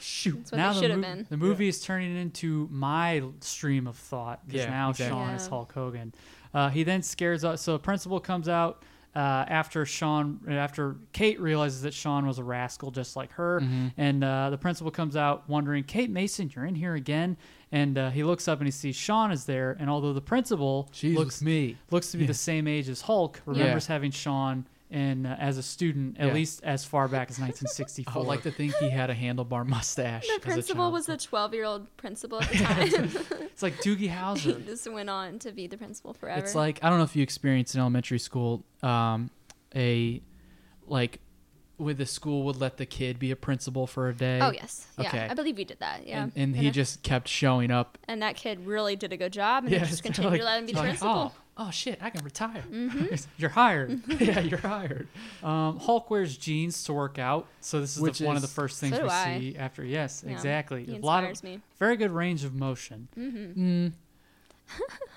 Shoot. That's what they the should have mov- been. The movie is turning into my l- stream of thought because Yeah, now exactly. Sean is Yeah. Hulk Hogan. Uh, he then scares us. So the principal comes out uh, after Sean, after Kate realizes that Sean was a rascal just like her, Mm-hmm. and uh, the principal comes out wondering, "Kate Mason, you're in here again?" And uh, he looks up and he sees Sean is there, and although the principal Jesus looks me. looks to be the same age as Hulk, remembers having Sean. And uh, as a student, at Yeah. least as far back as <laughs> I 1964, would like to think he had a handlebar mustache. The as a principal child. was the 12 year old <laughs> principal at the time. it's like Doogie <laughs> he Howser. just went on to be the principal forever. It's like I don't know if you experienced in elementary school, um, a like where the school would let the kid be a principal for a day. oh, yes. Yeah. Okay. I believe we did that. Yeah. And, and he I- just kept showing up. and that kid really did a good job and <laughs> they just it's continued like- to let him be it's like, principal. Mm-hmm. oh, oh shit! I can retire. <laughs> You're hired. yeah, you're hired. Um, Hulk wears jeans to work out, so this is, Which the, one of the is- first things So we do I. see after. Yes, <laughs> Yeah. exactly. He a lot of inspires me. very good range of motion. <laughs>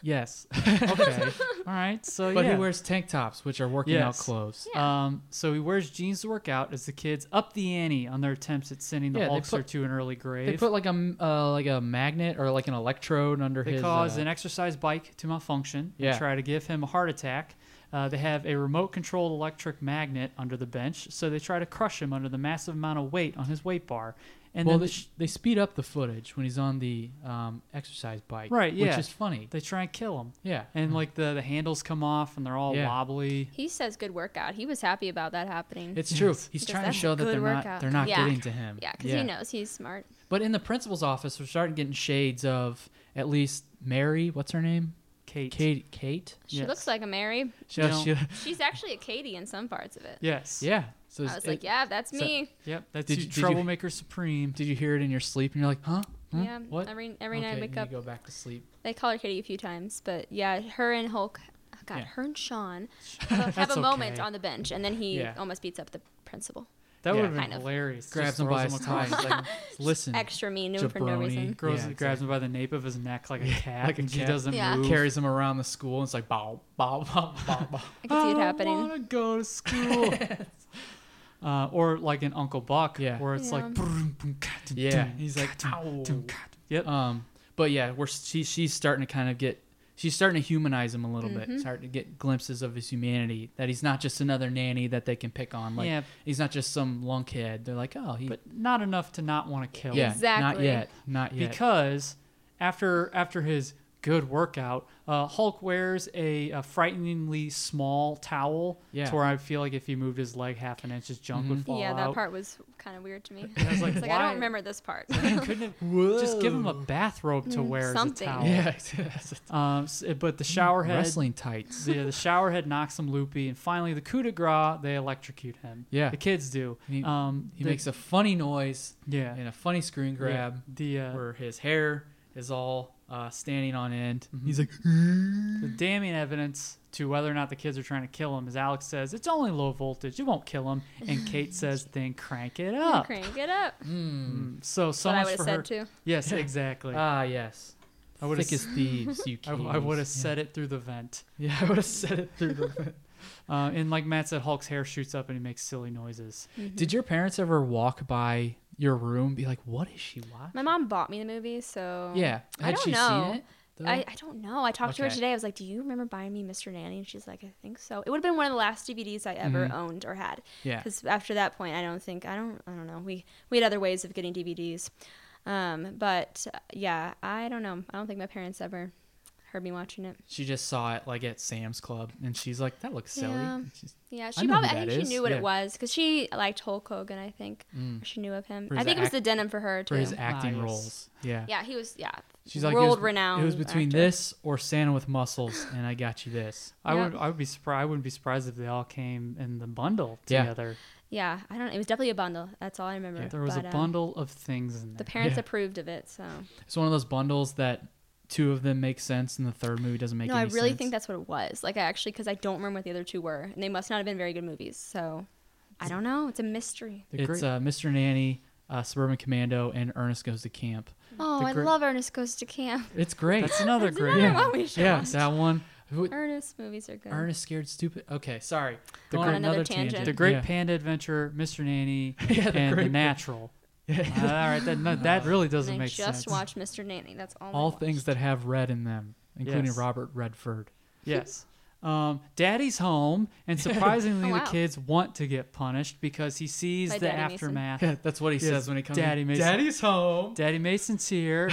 Yes, <laughs> Okay, all right. So but yeah. he wears tank tops, which are working out Yes. clothes. Um, so he wears jeans to work out as the kids up the ante on their attempts at sending the Yeah, they Hulkster put- to an early grave. They put like a m- uh, like a magnet or like an electrode under They his. cause uh, an exercise bike to malfunction Yeah. and try to give him a heart attack. Uh, they have a remote controlled electric magnet under the bench, so they try to crush him under the massive amount of weight on his weight bar. And well, then they, the sh- they speed up the footage when he's on the um, exercise bike, Right, yeah. Which is funny. they try and kill him. yeah, And like the, the handles come off and they're all Hmm. Yeah. wobbly. He says good workout. He was happy about that happening. It's true. He's Because trying to that's a show that good they're not workout. they're not Yeah. getting to him. yeah, because he knows he's smart. But in the principal's office, we're starting getting shades of at least Mary. What's her name? Kate. Kate. Kate. She Yes. looks like a Mary. She, You know- she- <laughs> She's actually a Katie in some parts of it. Yes. yeah. So I it's- was it- like, yeah, that's so- me. Yep. That's Did you, you- did you- troublemaker supreme. Did you hear it in your sleep? And you're like, huh? Huh? Yeah, hmm? What? every every night Okay, I you wake need up. to go back to sleep. They call her Katie a few times, but yeah, her and Hulk, oh God, Yeah. her <laughs> and Sean have a, have That's a moment okay. on the bench, and then he Yeah. almost beats up the principal. That Yeah. would have Kind been of. hilarious. Grabs Just him by throws his him tie. across. <laughs> He's like, <laughs> listen. <laughs> Extra mean to him for no Jabroni. reason. Grows, Yeah, grabs him by the nape of his neck like a cat. like a and He cat. doesn't Yeah. move. Carries him around the school and it's like bow, bow, bow, bow, <laughs> bow. I can see it I happening. want to go <laughs> to school. uh, or like in Uncle Buck, Yeah. where it's like. Yeah. "Brum, bum, cat, dum, Yeah. dum, He's like, cat, dum, ow. dum, cat." Yep. Um, but yeah, we're she, she's starting to kind of get she's starting to humanize him a little Mm-hmm. bit. Starting to get glimpses of his humanity that he's not just another nanny that they can pick on. Like Yeah. he's not just some lunkhead. They're like, oh, he but not enough to not want to kill. yeah, him. not Exactly. yet, not yet. because after after his good workout, uh, Hulk wears a, a frighteningly small towel. Yeah. Mm-hmm. to where I feel like if he moved his leg half an inch, his junk would fall yeah, that out. part was kind of weird to me. I was <laughs> like, It's like I why- don't remember <laughs> this part. Man, couldn't it- just give him a bathrobe to wear Mm, something. as a towel. <laughs> <laughs> yeah, Mm, Um, s- but the shower head, wrestling tights. the, the shower head knocks him loopy, and finally the coup de grace, they electrocute him. Yeah. the kids do. He- um, He the- makes a funny noise yeah and a funny screen grab The uh, where his hair is all uh, standing on end. He's like, The damning evidence to whether or not the kids are trying to kill him is Alex says, It's only low voltage, it won't kill him. And <laughs> Kate says, Then crank it up. Crank it up. So, so What I much would've for said her. too. <laughs> Yes, exactly. ah, yes. I would've Thick as thieves, <laughs> you I, would have keys." said it through the vent. Yeah, I would have said it through the Uh, and like Matt said, Hulk's hair shoots up and he makes silly noises. Did your parents ever walk by your room and be like, what is she watching? My mom bought me the movie, so Yeah. I Had don't she know. seen it? though? I, I don't know. I talked to her Okay. today. I was like, "Do you remember buying me Mr. Nanny?" And she's like, "I think so." It would have been one of the last DVDs I ever owned or had. Mm-hmm. Yeah. Because after that point, I don't think I don't I don't know. We we had other ways of getting DVDs, um, but uh, yeah, I don't know. I don't think my parents ever heard me watching it. she just saw it like at Sam's Club and she's like, that looks silly. Yeah. And she's- Yeah, I she know who probably I that think is. she knew what Yeah. Mm. it was because she liked Hulk Hogan. I think Or she knew of him. For I his think it was act- the denim for her too. For his acting yes. roles. Yeah. yeah, he was. Yeah, She's like, it was- world renowned. It was between actor. this or Santa with muscles, and I got you <laughs> this. I Yep. would I would be surprised I wouldn't be surprised if they all came in the bundle Yeah. together. Yeah, I don't. It was definitely a bundle. That's all I remember. There was but, a uh, bundle of things in the there. parents Yeah. approved of it, so It's one of those bundles that two of them make sense, and the third movie doesn't make no, I any really sense. think that's what it was. Like I actually, because I don't remember what the other two were, and they must not have been very good movies. So I don't know. It's a mystery. The it's great- uh, Mr. Nanny, uh, Suburban Commando, and Ernest Goes to Camp. Oh, The I gr- love Ernest Goes to Camp. <laughs> It's great. That's another That's great another one. one we should yeah, watch. that one. Who- Ernest movies are good. Ernest scared stupid. Okay, sorry. The On great- Another tangent. The Great Yeah. Panda Adventure, Mr. Nanny, <laughs> Yeah, and the Great Uh, The Pan- Natural. <laughs> all right, that no, that really And doesn't I make just sense. watched Mr. Nanny. That's all. I All watched. things that have red in them, including Yes. Robert Redford. Yes. Um, Daddy's home, <laughs> and surprisingly, Oh, the wow. kids want to get punished because he sees By the Daddy Mason. aftermath. <laughs> That's what he Yes, says when he comes. Daddy in. Mason. Daddy's home. Daddy Mason's <laughs> here.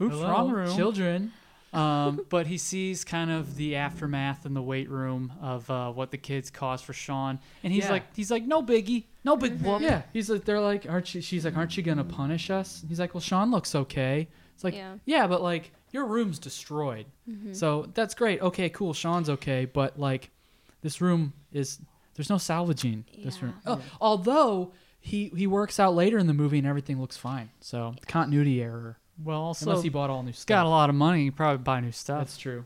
Oops, Hello, wrong room. Children. <laughs> um, but he sees kind of the aftermath in the weight room of uh, what the kids caused for Sean, and he's Yeah. like, he's like, no biggie, no big whoop. Yeah, he's like, they're like, aren't you? She's like, aren't you gonna punish us? And he's like, well, Sean looks okay. It's like, yeah, Yeah. but like your room's destroyed, so that's great. Okay, cool, Sean's okay, but like this room is there's no salvaging this room. Oh, Although he he works out later in the movie and everything looks fine, so continuity error. Well, also, Unless he he's bought all new got a stuff. lot of money. He can probably buy new stuff. That's true.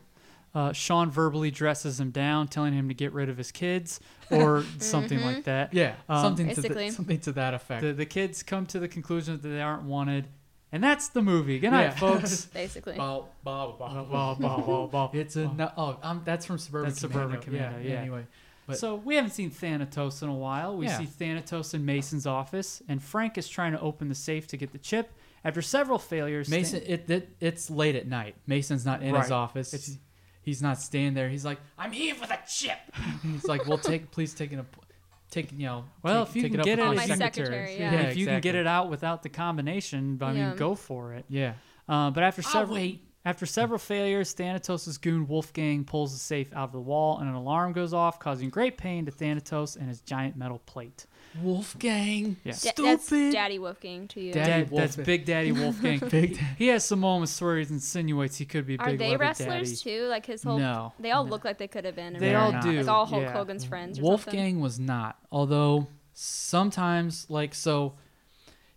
Uh, Sean verbally dresses him down, telling him to get rid of his <laughs> kids or something like that. Mm-hmm. Yeah, Um, something to Basically. the, something to that effect. The, the kids come to the conclusion that they aren't wanted, and that's the movie. Good night, Yeah. folks. <laughs> basically. Bow, bow, bow. Bah, bah, bah, bah, bah. It's a no, oh, um, that's from Suburban That's Suburban Commando, yeah. Anyway, but so we haven't seen Thanatos in a while. We Yeah. see Thanatos in Mason's office, and Frank is trying to open the safe to get the chip. After several failures, Stan- Mason, it, it it's late at night. Mason's not in Right. his office. It's- he's not staying there. He's like, I'm here for the chip. <laughs> And he's like, well, take please take an app- take you know. Well, take- if you take can up get with it, my it's- My secretary, yeah. if you can get exactly. it out without the combination, I mean, Yeah. go for it. yeah, Uh, but after several wait. after several failures, Thanatos' goon Wolfgang pulls the safe out of the wall, and an alarm goes off, causing great pain to Thanatos and his giant metal plate. Wolfgang, Yeah. Da- stupid. that's Daddy Wolfgang to you. Daddy Dad, that's Wolfgang. Big Daddy <laughs> Wolfgang. Big Daddy. He has some moments where he insinuates he could be are Big they Leather wrestlers Daddy. too? Like his whole. No. They all look like they could have been. They or all whatever. do, It's all Hulk yeah. Hogan's friends. Or Wolfgang was not. Although sometimes, like so,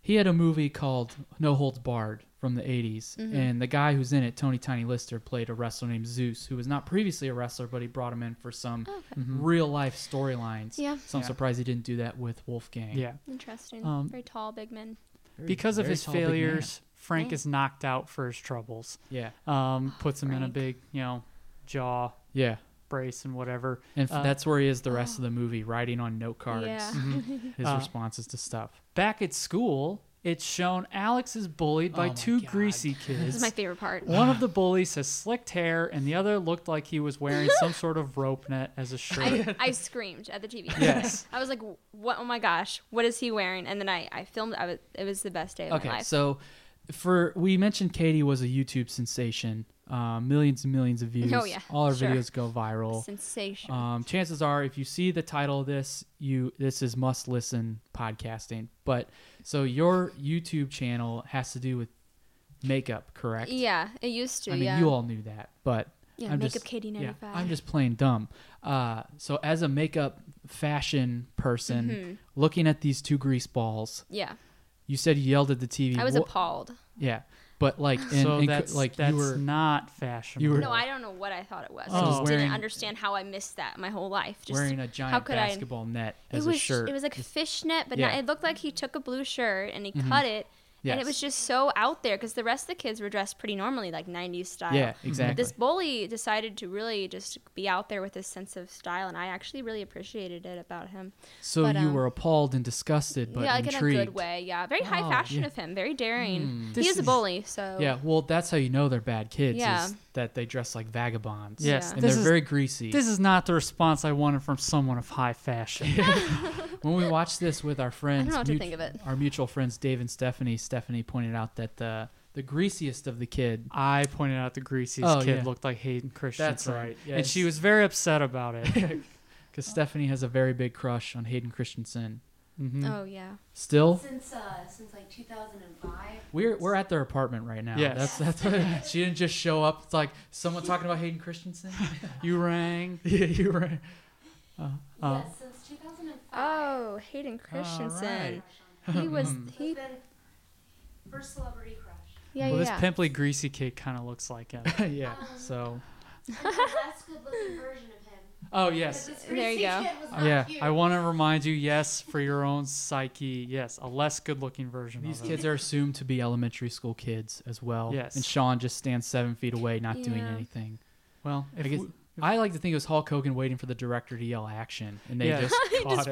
he had a movie called No Holds Barred from the '80s, Mm-hmm. and the guy who's in it, Tony Tiny Lister, played a wrestler named Zeus, who was not previously a wrestler, but he brought him in for some Mm-hmm. real life storylines. Oh, Yeah. So I'm surprised he didn't do that with Wolfgang. Yeah. something. Interesting. Um, Very tall, big men. Because of very his tall, big man. failures, Frank is knocked out for his troubles. Yeah. Um, puts him in a Oh, Frank. big, you know, jaw Yeah. brace and whatever. And f- Uh, that's where he is the oh. <laughs> rest of the movie, writing on note cards Yeah. Uh, his responses to stuff. Back at school, It's shown Alex is bullied by Oh my two God. <laughs> greasy This kids. is my favorite part. One <sighs> of the bullies has slicked hair, and the other looked like he was <laughs> wearing some sort of rope net as a shirt. I, I screamed at <laughs> the TV. Yes. I was like, "What? Oh my gosh! What is he wearing?" And then I, I filmed. I was, it was the best day of my Okay, life. so for we mentioned Katie was a YouTube sensation, uh, millions and millions of views. Oh, yeah, all her sure. videos go viral. Sensational. Um, chances are, if you see the title of this, you this is must listen podcasting. But so your YouTube channel has to do with makeup, correct? yeah, it used to. I mean, yeah. you all knew that, but Yeah, I'm Makeup just, Katie yeah, 95. I'm just plain dumb. Uh, so as a makeup fashion person, Mm-hmm. looking at these two grease balls, yeah, you said you yelled at the TV. I was Wha- appalled. yeah, but <sighs> like, in, so in- that's like that's you were not fashionable. you were No, I don't know what I thought it was. Oh. I just Wearing- didn't understand how I missed that my whole life. Just wearing a how giant could I- basketball net It as was a shirt. it was like fishnet, but Yeah. Mm-hmm. not, it looked like he took a blue shirt and he cut it, and Yes. it was just so out there because the rest of the kids were dressed pretty normally, like '90s style. yeah, exactly. But this bully decided to really just be out there with his sense of style, and I actually really appreciated it about him. so but, you um, were appalled and disgusted, but yeah, like intrigued. in a good way. Yeah, very high Wow, fashion yeah. of him, very daring. He This is a is- bully, so Yeah, well, that's how you know they're bad kids. Yeah. is that they dress like vagabonds. Yes, and this they're is- very greasy. This is not the response I wanted from someone of high fashion. <laughs> when we watched this <laughs> with our friends, know what to think of it. our mutual friends Dave and Stephanie, Stephanie pointed out that the the greasiest of the kid, I pointed out the greasiest Oh, kid yeah. looked like Hayden Christensen. right, And she yes. was very upset about <laughs> it. because Stephanie has a very big crush on Hayden Christensen. Oh yeah, Still, Since uh, since like 2005. we're we're at their apartment right now. Yes. that's that's what, <laughs> she didn't just show up. It's like someone talking about <laughs> Hayden Christensen. you rang. yeah, you were. Uh. Yes, since 2005. Oh, Hayden Christensen. He was he. It's been first celebrity <laughs> crush. Yeah, well, this yeah. pimply greasy kid kind of looks like him. <laughs> yeah. So, And the last good-looking version of him. oh yes. There you go. Yeah, I want to remind you, yes, for your own psyche, yes, a less good-looking version These of him. kids are assumed to be elementary school kids as well. Yes. And Sean just stands seven feet away, not doing Yeah. anything. Well, I if guess we- I like to think it was Hulk Hogan waiting for the director to yell action, and they Yeah. just <laughs> <laughs> he caught just it.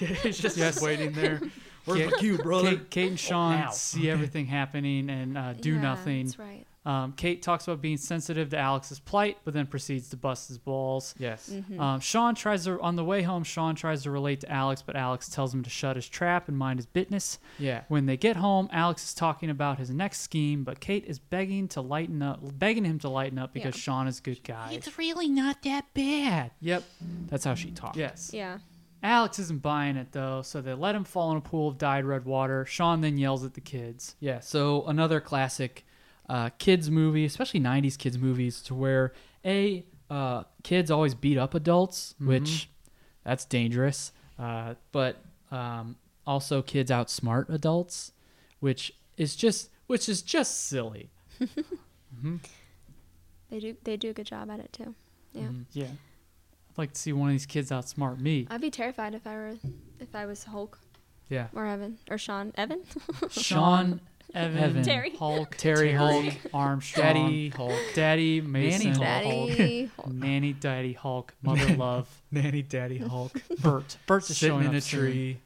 <laughs> He's just waiting <laughs> there. Where's my cue, brother? Kate, Kate and Sean now. see everything happening and uh, do Yeah, nothing. That's right. Um, Kate talks about being sensitive to Alex's plight, but then proceeds to bust his balls. yes, Mm-hmm. Um, Sean tries to on the way home. Sean tries to relate to Alex, but Alex tells him to shut his trap and mind his business. yeah. When they get home, Alex is talking about his next scheme, but Kate is begging to lighten up, begging him to lighten up because Yeah. Sean is a good guy. really not that bad. Yep. That's how she talks. Yes. Yeah. Alex isn't buying it though, so they let him fall in a pool of dyed red water. Sean then yells at the kids. Yeah. So another classic uh, kids movie, especially '90s kids movies, to where a uh, kids always beat up adults, Mm-hmm. which that's dangerous. Uh, but um, also kids outsmart adults, which is just which is just silly. They do. They do a good job at it too. Yeah. Yeah. I'd like to see one of these kids outsmart me. I'd be terrified if I were, if I was Hulk Yeah. or Evan or Sean. Evan. Sean, Evan, Evan, Terry. Hulk, Terry Hulk, Armstrong, Daddy Hulk, Daddy Mason, Hulk. <laughs> Daddy. Hulk. Nanny Daddy Hulk, Mother Love, <laughs> Nanny Daddy Hulk, Bert. Bert's just sitting showing in up a soon. tree.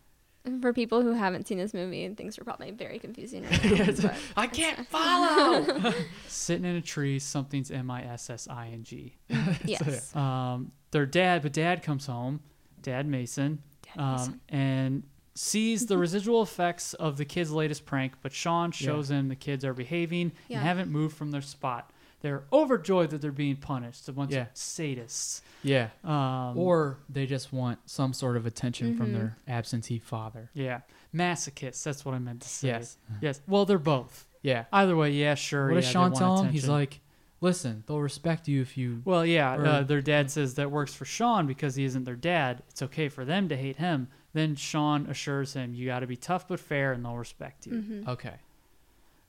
For people who haven't seen this movie, and things are probably very confusing. <laughs> Right now, but- I can't follow. Sitting in a tree, something's M I S S I N G. yes. um, their dad, but dad comes home, dad Mason, Dad um, Mason. and sees <laughs> the residual effects of the kid's latest prank. But Sean shows him the kids are behaving Yeah. and haven't moved from their spot. They're overjoyed that they're being punished. A bunch Yeah. of sadists. yeah. Um, or they just want some sort of attention from their absentee father. yeah, masochists. That's what I meant to say. Yes. yes. Well, they're both. Yeah. Either way, yeah, sure. What yeah, does they Sean want tell him? He's attention. like, listen, they'll respect you if you. Well, yeah, Or- uh, their dad says that works for Sean because he isn't their dad. It's okay for them to hate him. Then Sean assures him, "You got to be tough but fair, and they'll respect you." Mm-hmm. Okay.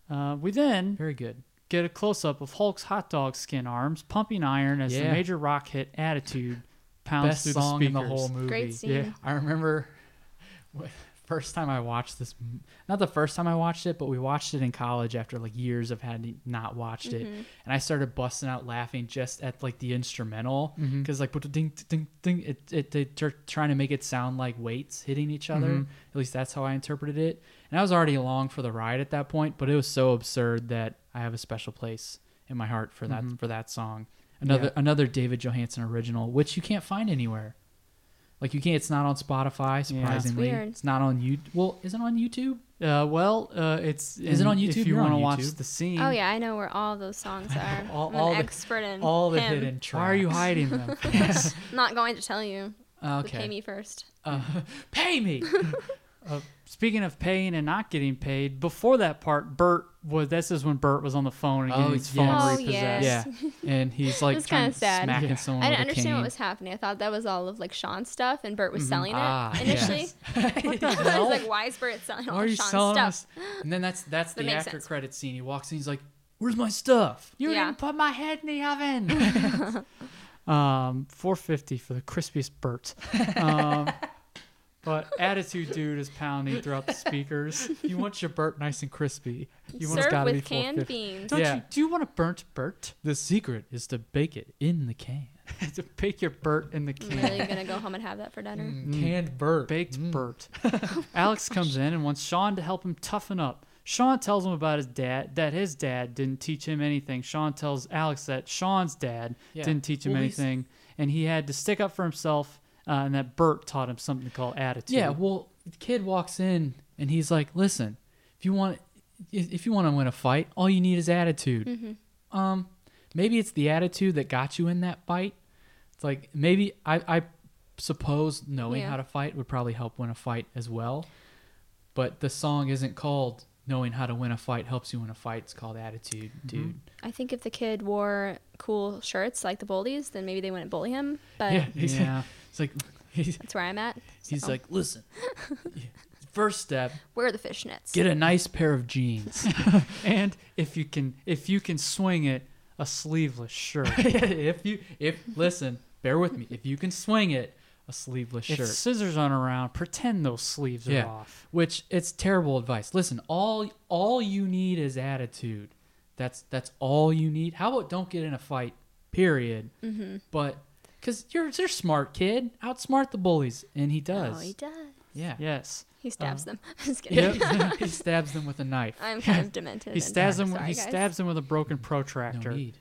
Uh, we then Very good. get a close-up of Hulk's hot dog skin arms pumping iron as the Yeah. major rock hit "Attitude" pounds Best through song the in speakers. the whole movie. Great scene. I remember first time I watched this. m- Not the first time I watched it, but we watched it in college after like years of having not watched it, and I started busting out laughing just at like the instrumental Mm-hmm. because like but ding ding ding it it they are trying to make it sound like weights hitting each other. Mm-hmm. At least that's how I interpreted it, and I was already along for the ride at that point, but it was so absurd that I have a special place in my heart for Mm-hmm. that for that song. Another another David Johansen original, which you can't find anywhere. Like you can't. It's not on Spotify. Surprisingly, weird. it's not on YouTube. Well, is it on YouTube? Uh, well, uh, it's Is it on If YouTube? you You're on wanna watch YouTube. the scene, Oh yeah, I know where all those songs are. All- I'm all the- an expert in Mm. All the him. hidden tracks. why are you hiding <laughs> them? Not going to tell you. Uh, But okay. pay me first. Pay <laughs> me. Speaking of paying and not getting paid, before that part, Bert was. This is when Bert was on the phone and Oh, getting his yes. phone Oh, repossessed. yeah, and he's like It's trying kinda to sad. smacking Yeah. someone with I didn't a understand cane. what was happening. I thought that was all of like Sean's stuff, and Bert was selling it Ah, initially. <laughs> what <laughs> the I hell? was like, why is Bert selling all Why are of you Sean's selling stuff? us? And then that's that's That the makes after sense. credit scene. He walks in. He's like, "Where's my stuff?" You Yeah. didn't put my head in the <laughs> oven. um, four fifty for the crispiest <laughs> Bert. Um, but attitude dude is pounding throughout the speakers. You want your Burt nice and crispy. You want it's Served gotta be with canned 450. beans. don't Yeah. you? Do you want a burnt Bert? The secret is to bake it in the can. <laughs> to bake your Bert in the I'm can. really <laughs> gonna go home and have that for dinner. Mm. Canned Burt. Mm. baked <laughs> Bert. Oh Alex comes in and wants Sean to help him toughen up. Sean tells him about his dad, that his dad didn't teach him anything. Sean tells Alex that Sean's dad Yeah. didn't teach him Well, he's- anything, and he had to stick up for himself, uh, and that Bert taught him something called attitude. Yeah, well, the kid walks in and he's like, "Listen, if you want, if if you want to win a fight, all you need is attitude. Um, maybe it's the attitude that got you in that fight. It's like maybe I, I suppose knowing Yeah. how to fight would probably help win a fight as well. But the song isn't called "Knowing How to Win a Fight Helps You Win a Fight." It's called "Attitude, Dude." I think if the kid wore cool shirts like the Boldies, then maybe they wouldn't bully him. But Yeah, he's, Yeah. It's like he's, that's where I'm at. he's So, like, "Listen, first step, wear the fishnets. get a nice pair of jeans." and if you can, if you can swing it, a sleeveless shirt. if you if listen, bear with me. If you can swing it, a sleeveless If <laughs> shirt. scissors aren't around, pretend those sleeves yeah. are off. Which it's terrible advice. Listen, all all you need is attitude. That's that's all you need. How about don't get in a fight, period. Mm-hmm. But because you're you're smart kid, outsmart the bullies, and he oh, does. he does. Yeah. Yes. He stabs Oh. them. <laughs> Just kidding. Yep. <laughs> he stabs them with a knife. I'm kind of demented. He and stabs dark. him. Sorry, he guys. stabs him with a broken No protractor. need.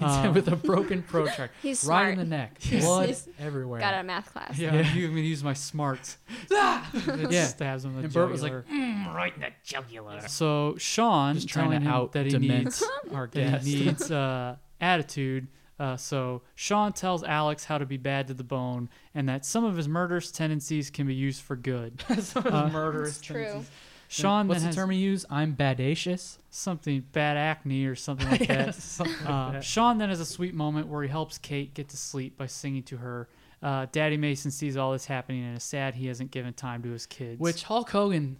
Uh, with <laughs> a broken protractor. He's right in smart. the neck. <laughs> Blood he's everywhere. Got out of math <laughs> class. Yeah, you even use my <laughs> smarts. yeah. Yeah. stabs him. in The And Bert was like, "Mm, jugular. So Sean Just trying telling to him out that he dement needs <laughs> our that guest. he needs uh, attitude. Uh, so Sean tells Alex how to be bad to the bone, and that some of his murderous tendencies can be used for <laughs> good. murderous True. Sean What's then the has term he used? I'm badacious. something bad acne or something <laughs> like that. Uh, Sean then has a sweet moment where he helps Kate get to sleep by singing to her. Uh, Daddy Mason sees all this happening and is sad he hasn't given time to his kids. Which Hulk Hogan,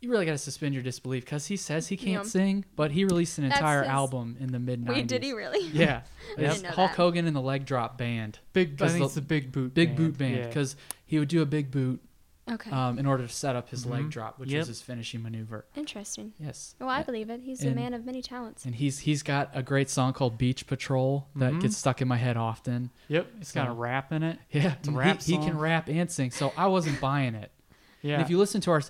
you really got to suspend your disbelief because he says he can't Yeah. sing, but he released an That's entire his- album in the mid 90s. Wait, did he really? <laughs> Yeah. It's didn't know Hulk that. Hogan and the Leg Drop Band. big? I 'Cause think the- it's the Big Boot. Big boot band Yeah. because he would do a big boot Okay. um, in order to set up his leg drop, which Yep. was his finishing maneuver. Interesting. Yes. Well, I believe it. He's a and- man of many talents. And he's he's got a great song called Beach Patrol that gets stuck in my head often. Yep, it's got a So- rap in it. Yeah, It's a rap he, he can song. rap and sing, so I wasn't buying it. Yeah. And if you listen to our,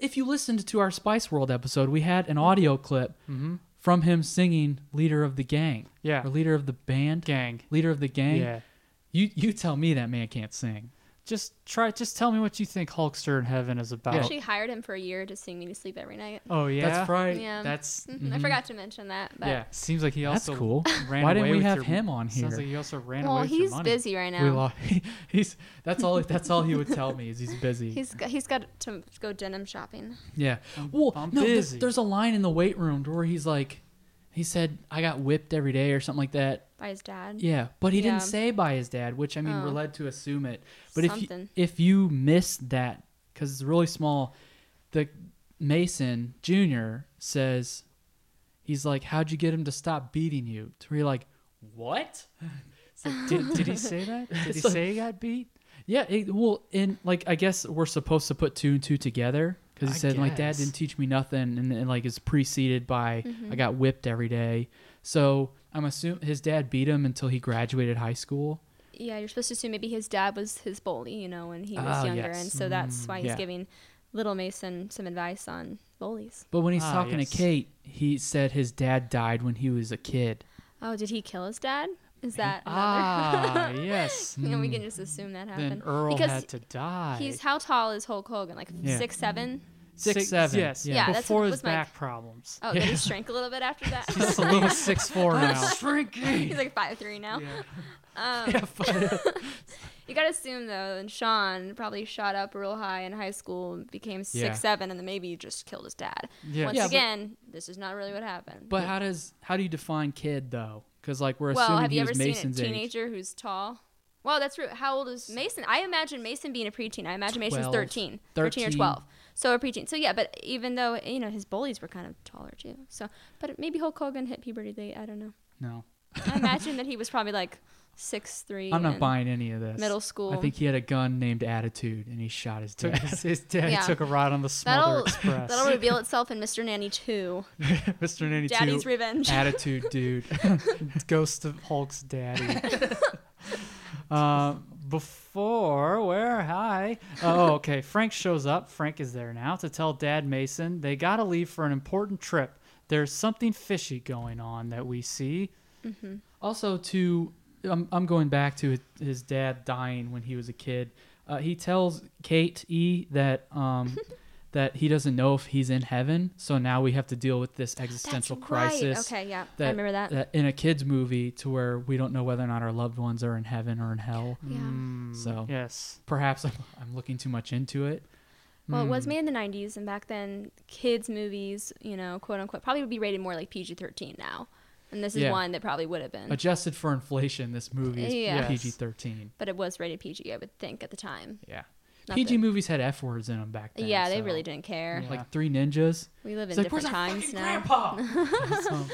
if you listened to our Spice World episode, we had an audio clip Mm-hmm. from him singing "Leader of the Gang." Yeah. or leader of the band. Gang. Leader of the gang. yeah. You you tell me that man can't sing. Just try. Just tell me what you think Hulkster in Heaven is I about. actually hired him for a year to sing me to sleep every night. oh yeah. That's right. Yeah. That's Mhm, I forgot to mention that. But Mm-hmm. yeah. Seems like he That's also cool. ran Why didn't away we with have your- him on here? Sounds like he also ran Well, away with your he's money. busy right now. We lost. <laughs> he's that's all. That's all he would tell me is he's busy. He's got, he's got to go denim shopping. Yeah. Well, I'm no, there's, busy. there's a line in the weight room where he's like, he said, I got whipped every day or something like that. by his dad. Yeah. But he Yeah. didn't say by his dad, which I mean, we're Oh. led to assume it. But if you, Something. if you miss that, because it's really small, the Mason Jr. says, he's like, How'd you get him to stop beating you? To where you're like, What? <laughs> <laughs> Did, did he say that? Did he like- say he got beat? Yeah, it, well, in like I guess we're supposed to put two and two together because he I said like dad guess. Mm-hmm. didn't teach me nothing, and, and like it's preceded by I got whipped every day. So I'm assuming his dad beat him until he graduated high school. Yeah, you're supposed to assume maybe his dad was his bully, you know, when he Oh, was Ah, younger, yes. and so Mm, that's why he's yeah. giving little Mason some advice on bullies. But when he's Ah, talking yes. to Kate, he said his dad died when he was a kid. Oh, did he kill his dad? Is that <laughs> Ah, yes. another? <laughs> you know, we can just assume that happened Then Earl because had to die. he's how tall is Hulk Hogan? Like Yeah. six seven? Six, seven. Yes. Yeah. Yeah, that's Before what his was my- back problems. Oh, did he shrink a little bit <laughs> after that? He's a little six four now. he's like five three now. Yeah. <laughs> Um, <laughs> you gotta assume though, and Sean probably shot up real high in high school, and became six Yeah. seven, and then maybe he just killed his dad. Yes. Once Yeah, but- again, this is not really what happened. But how does how do you define kid though? Because like we're well, assuming have he you ever was Mason's seen a age. teenager who's tall? Well, that's rude. How old is Mason? I imagine Mason being a preteen. I imagine Mason was 12, 13, 13, or 13. 12. So a preteen. So yeah, but even though you know his bullies were kind of taller too. So, but maybe Hulk Hogan hit puberty late. I don't know. No, I imagine that he was probably like six three. I'm not buying any of this. middle school. I think he had a gun named Attitude, and he shot <laughs> his Took dad. his, his dad Yeah. took a ride on the Smother That'll <laughs> Express. <laughs> that'll reveal itself in Mr. Nanny Two. Mr. Nanny Daddy's Two, Revenge. Attitude, dude. <laughs> <laughs> Ghost of Hulk's daddy. Uh, um, before where hi? Oh, okay. Frank shows up. Frank is there now to tell Dad Mason they gotta leave for an important trip. There's something fishy going on that we see. Mm-hmm. also, to I'm, I'm going back to his dad dying when he was a kid. Uh, he tells Kate E that <laughs> um, that he doesn't know if he's in heaven. So now we have to deal with this existential That's right. crisis. Okay, yeah, that- I remember that. that in a kids movie to where we don't know whether or not our loved ones are in heaven or in hell. yeah. So Hmm, Yes. perhaps I'm, I'm looking too much into it. Well, it mm. was made in the 90s, and back then, kids' movies, you know, quote unquote, probably would be rated more like PG 13 now. And this is Yeah. one that probably would have been. Adjusted for inflation, this movie is Yes. PG-13. but it was rated PG, I would think, at the time. Yeah. Not PG that- movies had F words in them back then. yeah, they so- really didn't care. Yeah. Like Three Ninjas. We live It's in like, "Where's different our times now. <laughs> So-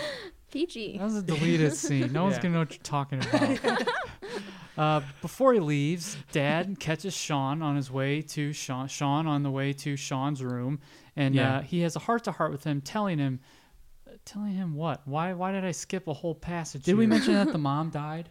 PG. That was a deleted scene. No one's Yeah. gonna know what you're talking <laughs> about. uh, before he leaves, Dad catches Sean on his way to Sean. Sean on the way to Sean's room, and Yeah. uh, he has a heart to heart with him, telling him, uh, telling him what? Why? Why did I skip a whole passage? Did we here? <laughs> mention that the mom died?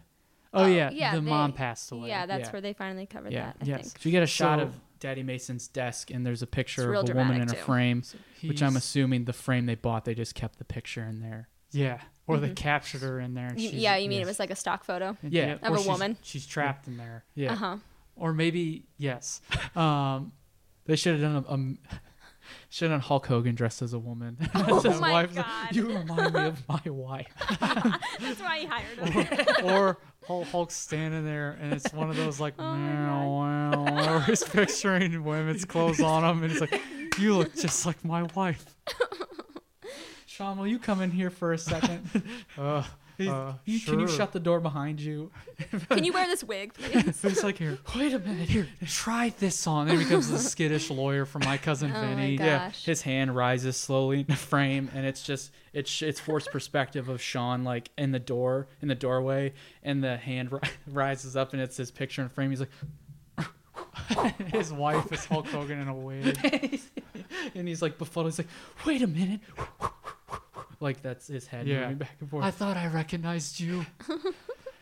Oh yeah, yeah, the mom they- passed away. Yeah, that's Yeah. where they finally covered Yeah. that, I Yes. think. So you get a shot So- of Daddy Mason's desk, and there's a picture real of a woman dramatic, in a too. frame, which I'm he's- assuming the frame they bought, they just kept the picture in there. yeah. Or they captured her in there. And You- she's, Mm-hmm. yeah, you mean yes. it was like a stock photo? Yeah. yeah, Of or a she's- woman. She's trapped in there, Yeah. Uh huh. or maybe yes. Um, They should have done a, um, should have done Hulk Hogan dressed as a woman. <laughs> Oh His my wife's like, God. you remind me <laughs> of my wife. <laughs> That's why he hired him. or Hulk, Hulk's standing there, and it's one of those <laughs> like, Oh meow, meow, where he's picturing women's clothes on him, and he's like, "You look just like my wife." Sean, will you come in here for a second? <laughs> Uh, He's- uh, you, Can you sure. shut the door behind you? <laughs> Can you wear this wig, <laughs> please? He's like, "Here, <laughs> wait a minute, here, try this on." Then he becomes the skittish lawyer from My <laughs> Cousin Oh my Vinny. God. Yeah. Gosh. His hand rises slowly in the frame, and it's just it's it's forced perspective of Sean like in the door in the doorway, and the hand ri- <laughs> rises up, and it's his picture in frame. He's like, <laughs> His wife is Hulk Hogan in a wig. <laughs> and he's like befuddled. He's like, wait a minute. Like that's his head Yeah. moving back and forth. I thought I recognized you.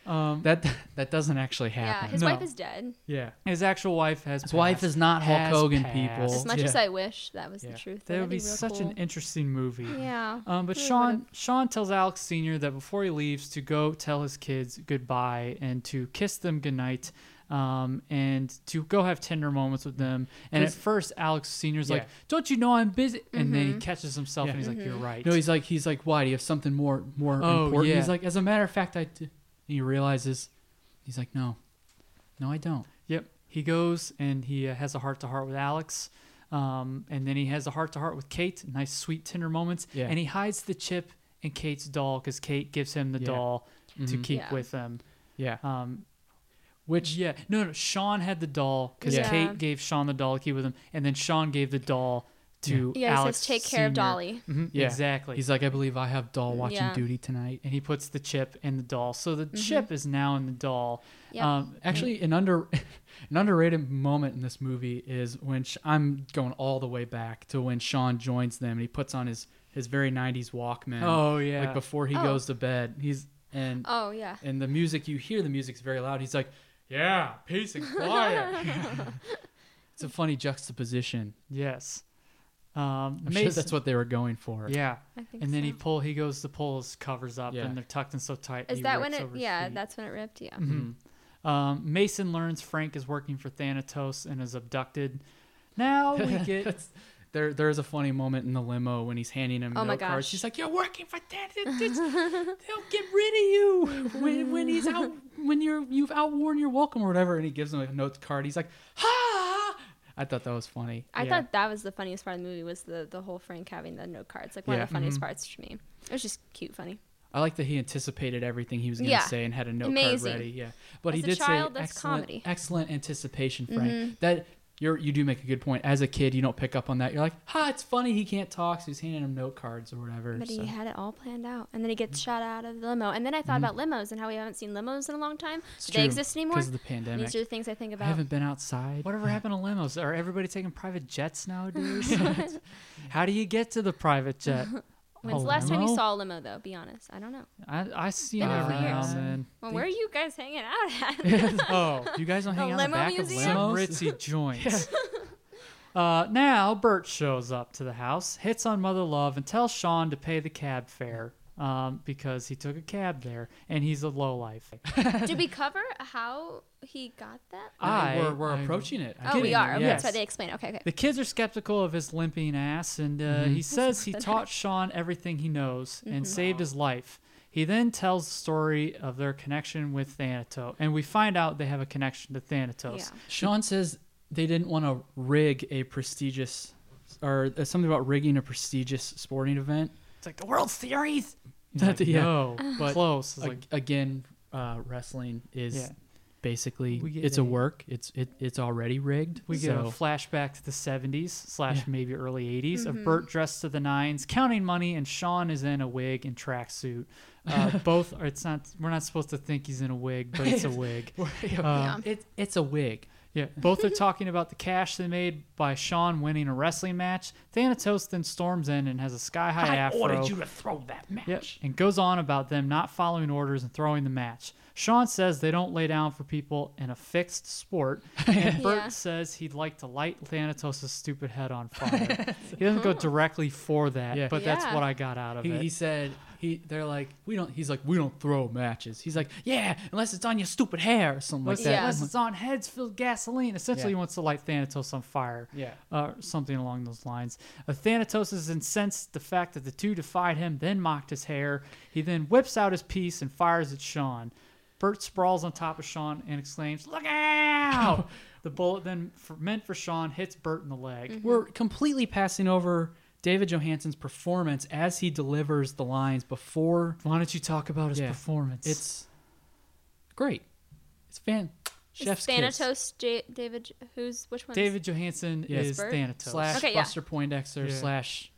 Um, that that doesn't actually yeah, happen. his wife No. is dead. yeah. his actual wife has. His wife is not Hulk Hogan, people. As much Yeah. as I wish that was the truth. That would that'd be real such cool. an interesting movie. Yeah. Um, but Really Sean would've- Sean tells Alex Senior that before he leaves to go tell his kids goodbye and to kiss them goodnight, um, and to go have tender moments with them. And at Cause- first, Alex Senior's Yeah. like, "Don't you know I'm busy?" And then he catches himself Yeah. and he's like, "You're right." No, he's like he's like, why? Do you have something more more Oh, important? yeah. He's like, as a matter of fact, I. Do. And he realizes, he's like, no, no, I don't. yep. He goes and he uh, has a heart to heart with Alex. Um, and then he has a heart to heart with Kate. Nice, sweet, tender moments. Yeah. And he hides the chip in Kate's doll because Kate gives him the Yeah. Mm-hmm. doll to keep Yeah. with him. Yeah. Um, Which Yeah, no, no. Sean had the doll because Yeah. Kate gave Sean the doll to keep with him, and then Sean gave the doll to Yeah, he Alex says, "Take care of Sr.. Dolly." Mhm, Yeah. Exactly. He's like, I believe I have doll watching Yeah. duty tonight. and he puts the chip in the doll. So Mm-hmm. the chip is now in the doll. Yep. Um, actually, an under <laughs> an underrated moment in this movie is when sh- I'm going all the way back to when Sean joins them and he puts on his his very '90s Walkman. Oh, yeah. like before he Oh. goes to bed. He's and Oh yeah. and the music you hear the music's very loud. He's like, "Yeah, <laughs> peace and quiet." it's a funny juxtaposition. Yes. Um, I'm sure amazing- that's what they were going for. Yeah. I think And then he so. pull he goes to pull his covers up Yeah. and they're tucked in so tight. Is he that when rips it? over Mm-hmm. his Yeah, feet. that's when it ripped. Yeah. Um, Mason learns Frank is working for Thanatos and is abducted. Now <laughs> we get That's- there, there is a funny moment in the limo when he's handing him Oh my note cards. gosh. She's like, "You're working for Dad. It- <laughs> it's- They'll get rid of you when, when he's out when you're you've outworn your welcome or whatever." And he gives him a note card. He's like, "Ha!" I thought that was funny. I Yeah. thought that was the funniest part of the movie was the the whole Frank having the note cards. Like one Yeah. Mm-hmm. of the funniest parts to me. It was just cute, funny. I like that he anticipated everything he was going to Yeah. say and had a note Amazing. card ready. Yeah, but he As a did child, say that's excellent, comedy." Mm-hmm. excellent anticipation, Frank. That you're you do make a good point. As a kid, you don't pick up on that. You're like, "Ha! It's funny he can't talk, so he's handing him note cards or whatever." But so. he had it all planned out, and then he Mm-hmm. gets shot out of the limo. And then I thought about limos and how we haven't seen limos in a long time. Do they true, exist anymore? 'cause of the And pandemic. These are the things I think I about. haven't been outside. whatever happened to limos? Are everybody taking private jets <laughs> <laughs> nowadays? How do you get to the private jet? When's a the last time limo? you saw a limo, though? Be honest, I don't know. I, I see them Been a every few now years. and then. Well, where are you guys hanging out <laughs> <laughs> at? Oh, You guys don't The hang out in the limo back museum? of some limos. ritzy joints. <laughs> Uh, now Bert shows up to the house, hits on Mother Love, and tells Sean to pay the cab fare um, because he took a cab there and he's a lowlife. Did we cover how he got that? I- we're, we're I- approaching it. I Oh, get we it. are. Okay, yes. that's why they explain. Okay, okay. The kids are skeptical of his limping ass, and uh, he says he taught Sean everything he knows and saved his life. He then tells the story of their connection with Thanatos, and we find out they have a connection to Thanatos. Yeah. Sean says they didn't want to rig a prestigious, or uh, something about rigging a prestigious sporting event. It's like the World Series. He's That- like, yeah. <laughs> No, but close. It's Ag- like, again, uh, wrestling is Yeah. basically We get it's a- a work. It's it, it's already rigged. We get a so flashback to the 70s slash Yeah. maybe early 80s of Bert dressed to the nines, counting money, and Sean is in a wig and tracksuit. Uh, both are. It's not. We're not supposed to think he's in a wig, but it's a wig. um, it, it's a wig. Yeah, both <laughs> are talking about the cash they made by Sean winning a wrestling match. Thanatos then storms in and has a sky high afro. to throw that match. Yep, and goes on about them not following orders and throwing the match. Sean says they don't lay down for people in a fixed <laughs> sport, and Bert Yeah. says he'd like to light Thanatos' stupid head on <laughs> fire. he doesn't <laughs> go directly for that, Yeah. but that's Yeah. what I got out of He, it. he said he. They're like we don't. He's like we don't throw matches. He's like yeah, unless it's on your stupid hair or something Unless, like that. Yeah. unless it's on heads filled gasoline, essentially he Yeah. wants to light Thanatos on fire. Yeah. Uh, something along those lines. Uh, Thanatos is incensed at the fact that the two defied him, then mocked his hair. He then whips out his piece and fires at Sean. Bert sprawls on top of Sean and exclaims, Look out! <laughs> the bullet then for, meant for Sean hits Bert in the leg. we're completely passing over David Johansen's performance as he delivers the lines before Why don't you talk about his Yeah. performance? it's great. It's fan chef's kiss. Is Thanatos, J- David, J- who's which one? David Johansen Yes. is Bert? Thanatos. slash Okay, yeah. Buster Poindexter Yeah. slash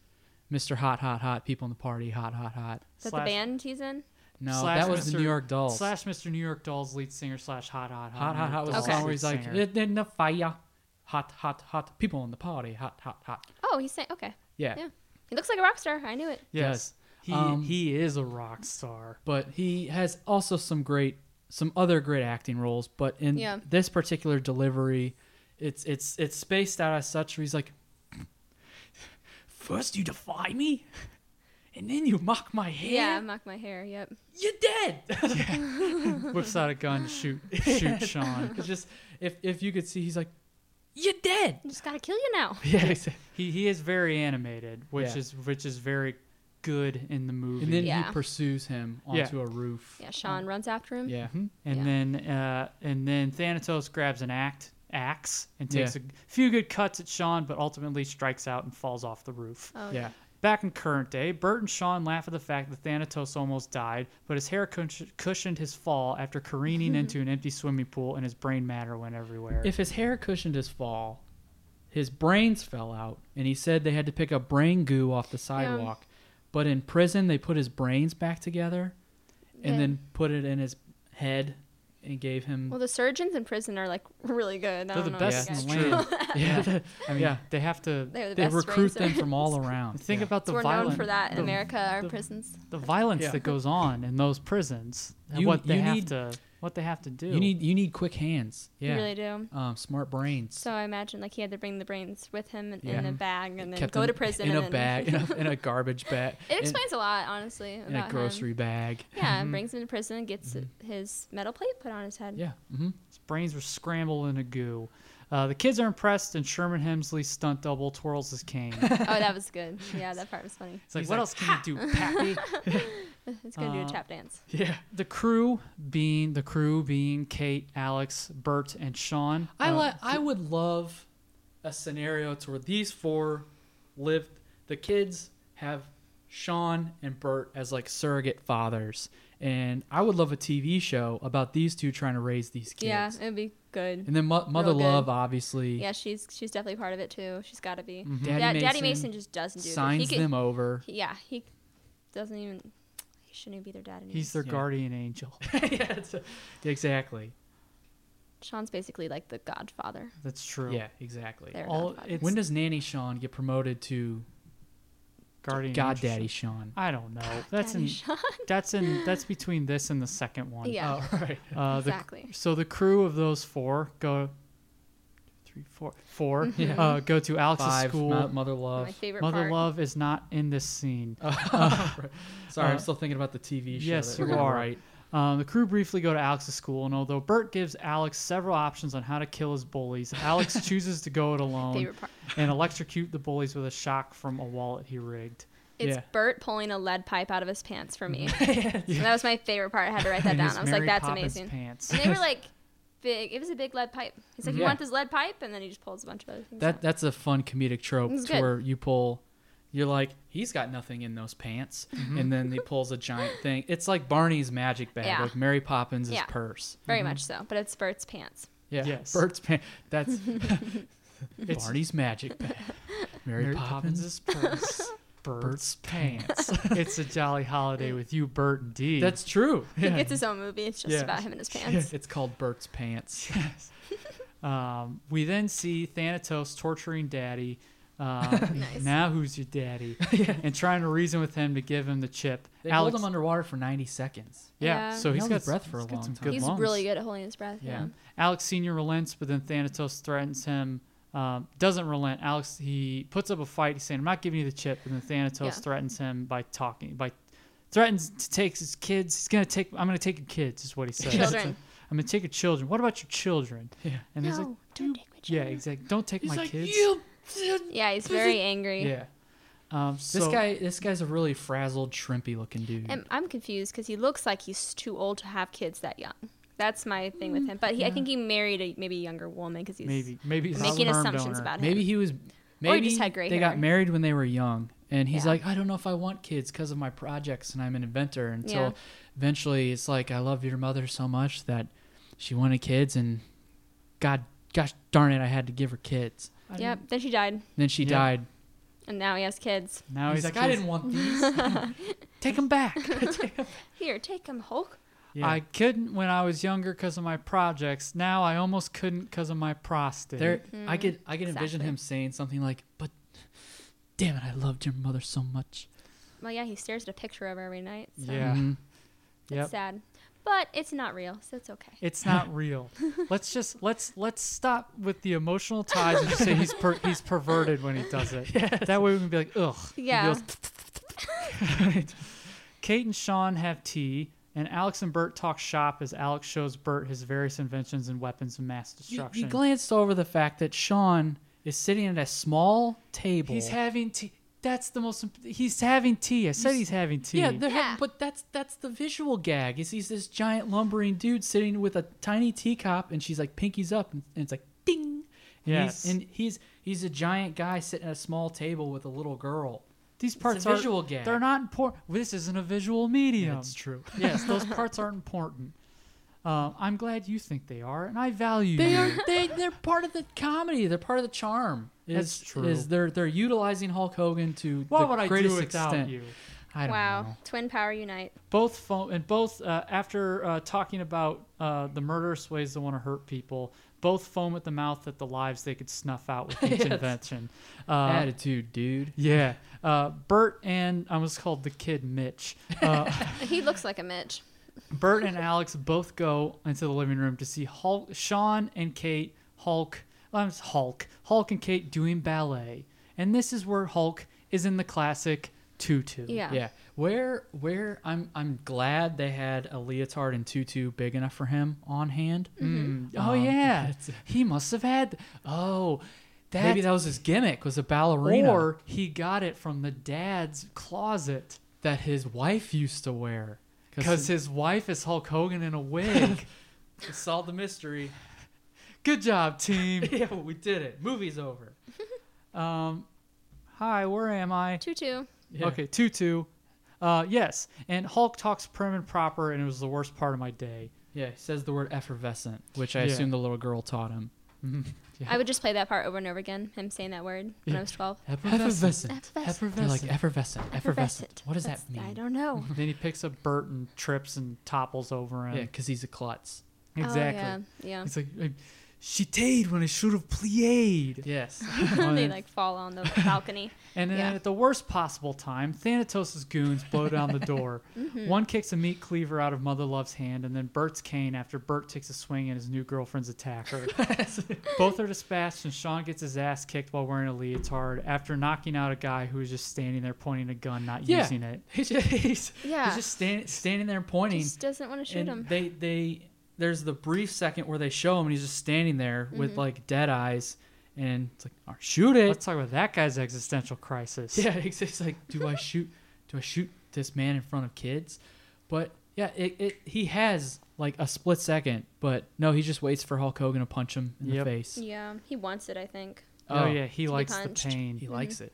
Mr. Hot Hot Hot people in the party hot hot hot. Is that slash- the band he's in? No, slash that was the New York Dolls. Slash Mr. New York Dolls lead singer slash Hot Hot hot hot hot was Dolls the song where lead he's like singer. "It in the fire, hot hot hot people in the party hot hot hot. Oh, he's saying okay. Yeah. Yeah, he looks like a rock star. I knew it. Yes. Yes. He, Um, he is a rock star. but he has also some great some other great acting roles but in Yeah. this particular delivery it's it's it's spaced out as such where he's like first you defy me and then you mock my hair Yeah, mock my hair. Yep. you're dead <laughs> Whips out a gun, shoot, <laughs> shoot Sean. it's just if if you could see he's like you're dead I just gotta kill you now. <laughs> yeah exactly. He he is very animated, which Yeah. is which is very good in the movie. and then Yeah. he pursues him Yeah. onto a roof Yeah, Oh. Sean runs after him. yeah and Yeah. then uh, and then Thanatos grabs an act axe and takes Yeah. a few good cuts at Sean, but ultimately strikes out and falls off the roof. Oh, yeah Back in current day, Bert and Sean laugh at the fact that Thanatos almost died, but his hair cush- cushioned his fall after <laughs> careening into an empty swimming pool and his brain matter went everywhere. if his hair cushioned his fall his brains fell out, and he said they had to pick up brain goo off the sidewalk. But in prison, they put his brains back together, and Yeah. then put it in his head, and gave him. Well, the surgeons in prison are like <laughs> really good. I They're don't the know. best Yeah. in It's the land. <laughs> yeah, I mean, yeah, they have to. They're the they best recruit them brains. from all around. <laughs> Think yeah. about the We're violence known for that in the, America, our the- prisons. The violence Yeah. that goes on in those prisons. and You- what they you have need- to. What they have to do. you need you need quick hands. Yeah, You really do. um, smart brains. So I imagine like he had to bring the brains with him in, in Yeah. a bag and then Kept go in- to prison in and a then- bag, in a, in a garbage bag. <laughs> It in- explains a lot, honestly, about in a grocery him. bag. Yeah, and brings him to prison and gets his metal plate put on his head. Yeah. hmm mm-hmm. His brains were scrambled in a goo. Uh, the kids are impressed, and Sherman Hemsley's stunt double twirls his <laughs> cane. It's Oh, that was good. Yeah, that part was funny. like, what else can you do, <laughs> Pappy? It's gonna do a tap dance. Yeah. the crew being the crew being Kate, Alex, Bert, and Sean. I Uh, li- I would love a scenario to where these four live. The kids have Sean and Bert as like surrogate fathers, and I would love a TV show about these two trying to raise these kids. Yeah, it'd be good. And then mo- Mother Real good. Love, obviously, Yeah, she's she's definitely part of it too. She's got to be. Mm-hmm. Daddy Dad- Daddy Mason Mason just doesn't do it. signs he could- them over. he- yeah, he doesn't even. He shouldn't even be their dad anymore. he's their Yeah. guardian <laughs> angel. yeah, it's- exactly. Sean's basically like the godfather. That's true. Yeah, exactly. They're All- godfathers. it's- When does Nanny Sean get promoted to Guardian God angel. Daddy Sean? I don't know. That's Daddy <laughs> in Sean. that's in that's between this and the second one. Yeah. Oh, <laughs> right. Uh, the- exactly. so the crew of those four go three, four, four, uh, go to Alex's Five, school. Mo- Mother <laughs> Love. My favorite Mother Mm-hmm. part. Love is not in this scene. <laughs> Sorry, Uh, I'm still thinking about the TV show. yes, that we're you gonna are. write. Um, the crew briefly go to Alex's school, and although Bert gives Alex several options on how to kill his bullies, Alex <laughs> chooses to go it alone Favorite part. and electrocute the bullies with a shock from a wallet he rigged. It's Yeah. Bert pulling a lead pipe out of his pants for <laughs> me. That was my favorite part. I had to write that In down. his I was like, Mary that's Poppins amazing. Pants. <laughs> And <laughs> they were like big. It was a big lead pipe. He's like, you Yeah. want this lead pipe? And then he just pulls a bunch of other things. That out. that's a fun comedic trope It's to good. where you pull, you're like, he's got nothing in those pants, Mm-hmm. and then he pulls a giant thing. It's like Barney's magic bag, Yeah. like Mary Poppins' Yeah. purse. Very Mhm. much so. But it's <laughs> Bert's pants. Yeah, Yes. Bert's pants. <laughs> That's <laughs> It's- Barney's magic bag. Mary, Mary Poppins. Poppins' <laughs> purse. Bert's pants. <laughs> it's a jolly holiday with you, Bert, indeed. That's true. He gets his own movie. It's just Yeah. about him and his <laughs> Yeah, <laughs> pants. it's called Bert's pants. <laughs> Um, we then see Thanatos torturing <laughs> Daddy. Um, Nice. Now who's your <laughs> daddy? And trying to reason with him to give him the chip. They Alex, hold him underwater for 90 seconds. yeah, Yeah. so He he's held got his breath some- for a he's got long some time. good He's lungs. really good at holding his breath. Yeah. <laughs> Yeah. Alex Senior relents, but then Thanatos threatens him. Um, doesn't relent. Alex he puts up a fight. He's saying, "I'm not giving you the chip." And then Thanatos Yeah. threatens him by talking by threatens to take his kids. He's gonna take. I'm gonna take your kids. Is what he says. Children. I'm gonna take your children. What about your children? Yeah. And he's like, No, don't take my yeah, children. exactly. Don't take my kids. Yeah, <laughs> he's very angry. Yeah. Um, This so- guy, this guy's a really frazzled, shrimpy looking dude. And I'm confused because he looks like he's too old to have kids that young. That's my thing with him. But he, I think he married a maybe younger woman because he's maybe maybe he's a making sperm assumptions donor. about him. Maybe he was. Maybe he just had gray they hair. got married when they were young, and he's Yeah. like, I don't know if I want kids because of my projects, and I'm an inventor. Until Yeah. eventually, it's like I love your mother so much that she wanted kids, and God, gosh darn it, I had to give her kids. Yep. Then she died, And then she Yeah. died. and now he has kids. Now he's, he's like, I accused- didn't want these. <laughs> take him back. <laughs> Here, take him, Hulk. Yeah. I couldn't when I was younger because of my projects. Now I almost couldn't because of my prostate. There, I could, I could envision exactly. him saying something like, "But, damn it, I loved your mother so much." Well, yeah, he stares at a picture of her every night. So yeah. Mhm. It's Yep. sad, but it's not real, so it's okay. It's not real. <laughs> let's just let's let's stop with the emotional ties and just say he's per- he's perverted when he does it. That way we can be like, ugh. He Yeah. goes <laughs> Kate and Sean have tea, and Alex and Bert talk shop as Alex shows Bert his various inventions and weapons of mass You, destruction. you glanced over the fact that Sean is sitting at a small table. He's having tea. That's the most. imp- He's having tea. I said he's having tea. Yeah, they're Yeah. having- but that's that's the visual gag. Is he's this giant lumbering dude sitting with a tiny teacup, and she's like pinkies up, and, and it's like ding. And Yes. he's, and he's he's a giant guy sitting at a small table with a little girl. these parts a visual are gag. They're not important. This isn't a visual medium. That's <laughs> true. yes, those parts aren't important. Uh, I'm glad you think they are, and I value They you. are they they're part of the comedy. They're part of the charm. Is That's true. Is they're they're utilizing Hulk Hogan to What the would I do greatest without extent. you? I don't wow. know. Twin power unite. Both phone and both uh, after uh, talking about uh, the murderous ways they want to hurt people, both foam at the mouth at the lives they could snuff out with each Yes. invention. Uh, Attitude, dude. yeah, uh, Bert and I was called the kid Mitch. Uh, He looks like a Mitch. Bert and Alex both go into the living room to see Hulk, Sean and Kate Hulk. um, Hulk, Hulk and Kate doing ballet, and this is where Hulk is in the classic tutu. Yeah. Yeah. Where where I'm I'm glad they had a leotard and tutu big enough for him on hand. Oh Um, yeah, he must have had. Oh, that Maybe that was his gimmick was a ballerina or he got it from the dad's closet that his wife used to wear. because his wife is Hulk Hogan in a <laughs> wig. it solved the mystery. Good job, team. <laughs> yeah, we did it. <laughs> Movie's over. Um, Hi, where am I? Tutu. Yeah. Okay, tutu. Uh, yes, and Hulk talks prim and proper, and it was the worst part of my day. Yeah, he says the word effervescent, which I Yeah. assume the little girl taught him. I would just play that part over and over again, him saying that word when I was 12. Effervescent. Effervescent. They're like <laughs> effervescent. Effervescent. Effervescent. What does That's- that mean? I <laughs> don't know. Then he picks up Bert and trips and topples over Yeah, him. because he's a klutz. Exactly. Oh, yeah. It's like like, she tayed when I should have plied. Yes. Yeah. <laughs> <laughs> they like fall on <laughs> the balcony. And then Yeah. at the worst possible time, Thanatos' goons blow down the <laughs> door. Mm-hmm. One kicks a meat cleaver out of Mother Love's hand, and then Bert's cane after Bert takes a swing at his new girlfriend's <laughs> attacker. Both are dispatched, and Sean gets his ass kicked while wearing a leotard after knocking out a guy who was just standing there pointing a gun, not Yeah. using it. <laughs> he's just, he's, Yeah. he's just stand, standing there and pointing. Just doesn't want to shoot and him. They they there's the brief second where they show him and he's just standing there Mm-hmm. with like dead eyes and it's like "Oh, shoot it. Let's talk about that guy's existential crisis. yeah, <laughs> it's, it's like do I shoot do I shoot this man in front of kids? But yeah, it, it he has like a split second, but no, he just waits for Hulk Hogan to punch him in Yep. the face. Yeah, he wants it, I think. Oh, Oh. yeah, he likes the punched. pain. He likes it.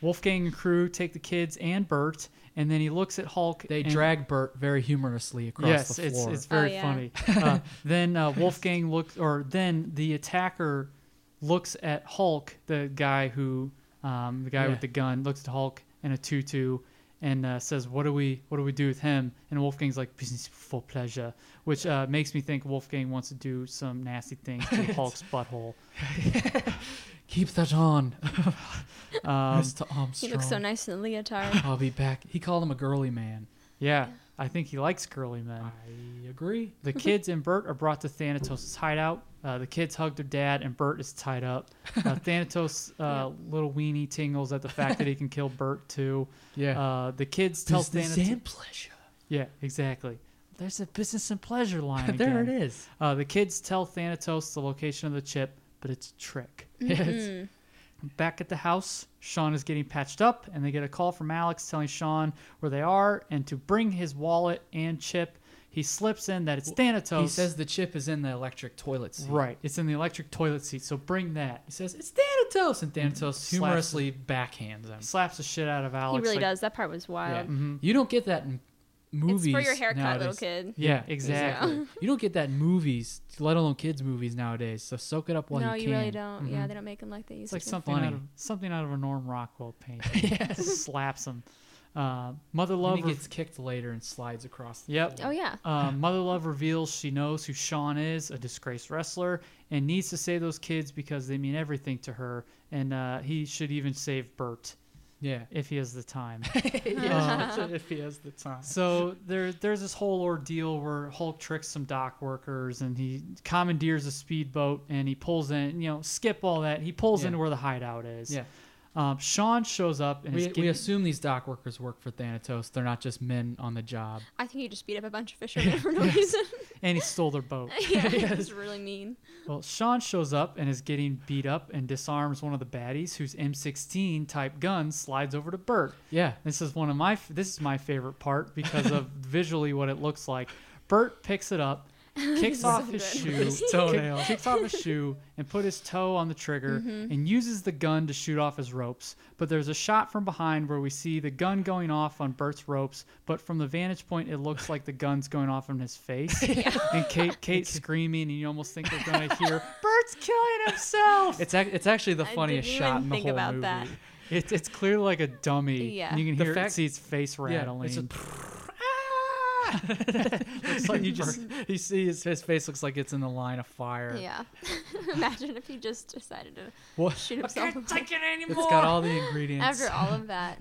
Wolfgang and crew take the kids and Bert, and then he looks at Hulk. They and drag Bert very humorously across yes, the floor. It's, it's very Oh, yeah. <laughs> funny. Uh, then uh, Wolfgang looks, or then the attacker looks at Hulk, the guy who, um, the guy Yeah. with the gun, looks at Hulk in a tutu, and uh, says, "What do we, what do we do with him?" And Wolfgang's like, "Business for pleasure," which uh, makes me think Wolfgang wants to do some nasty things to <laughs> Hulk's butthole. Keep that on. Mr. Armstrong. He looks so nice in <laughs> the leotard. I'll be back. He called him a girly man. Yeah, I think he likes girly men. I agree. The kids and Bert are brought to Thanatos' hideout. Uh, the kids hug their dad, and Bert is tied up. <laughs> Uh, Thanatos' uh, little weenie tingles at the fact that he can kill Bert too. Yeah. Uh, the kids tell Thanatos. pleasure. Yeah, exactly. There's a business and pleasure line. <laughs> <laughs> there again. it is. Uh, the kids tell Thanatos the location of the chip, but it's a trick. <laughs> Yes. Mm-hmm. Back at the house, Sean is getting patched up, and they get a call from Alex telling Sean where they are and to bring his wallet and chip. He slips in that it's Thanatos. He says the chip is in the electric toilet seat. Right. It's in the electric toilet seat, so bring that. He says it's Thanatos, and Thanatos Slaps humorously Mm-hmm. backhands him. Slaps the shit out of he Alex. really like- does. That part was Yeah. Mm-hmm. wild. You don't get that in movies. It's for your haircut, little nowadays. kid. Yeah, exactly. you don't get that in movies, let alone kids' movies nowadays. So soak it up while no, you you, can. Mm-hmm. really don't. Yeah, they don't make him like they used It's like to. something out funny. of something out of a Norm Rockwell painting. Slaps him. Uh, Mother And Love. he re- gets kicked later and slides across. The Yep. Oh yeah. Uh, Mother Love reveals she knows who Sean is, a disgraced wrestler, and needs to save those kids because they mean everything to her. And uh, he should even save Bert Yeah. if he has the time. if he has the time. So there, there's this whole ordeal where Hulk tricks some dock workers, and he commandeers a speedboat, and he pulls in. You know, skip all that. He pulls Yeah. into where the hideout is. Yeah. Um, Sean shows up, and is We, getting, we assume these dock workers work for Thanatos. They're not just men on the job. I think he just beat up <laughs> a bunch of fishermen for no reason. <laughs> and he stole their <laughs> boat. yeah, he was really mean. well, Sean shows up and is getting beat up, and disarms one of the baddies, whose M16 type gun slides over to Bert. Yeah. This is one of <laughs> my. f- <laughs> This is my favorite part because of visually what it looks like. Bert picks it up kicks So off his good. <laughs> shoe, His <laughs> toenail. kick- kicks off his shoe, and put his toe on the trigger, Mm-hmm. <laughs> and uses the gun to shoot off his ropes. But there's a shot from behind where we see the gun going off on Bert's ropes, but from the vantage point, it looks like the gun's going off on his face, and Kate, <laughs> Kate screaming, and you almost think they're gonna hear Bert's killing himself. It's ac- it's actually the I funniest didn't shot even in the think whole about movie. that. It's it's clearly like a dummy. Yeah. and you can The hear fact- it, see its face <laughs> rattling. Yeah, it's <laughs> just Looks <laughs> <laughs> like <laughs> you just you see his, his face looks like it's in the line of fire. Yeah. <laughs> Imagine if he just decided to What? shoot <laughs> himself <laughs> It's got all the ingredients. after all <laughs> of that.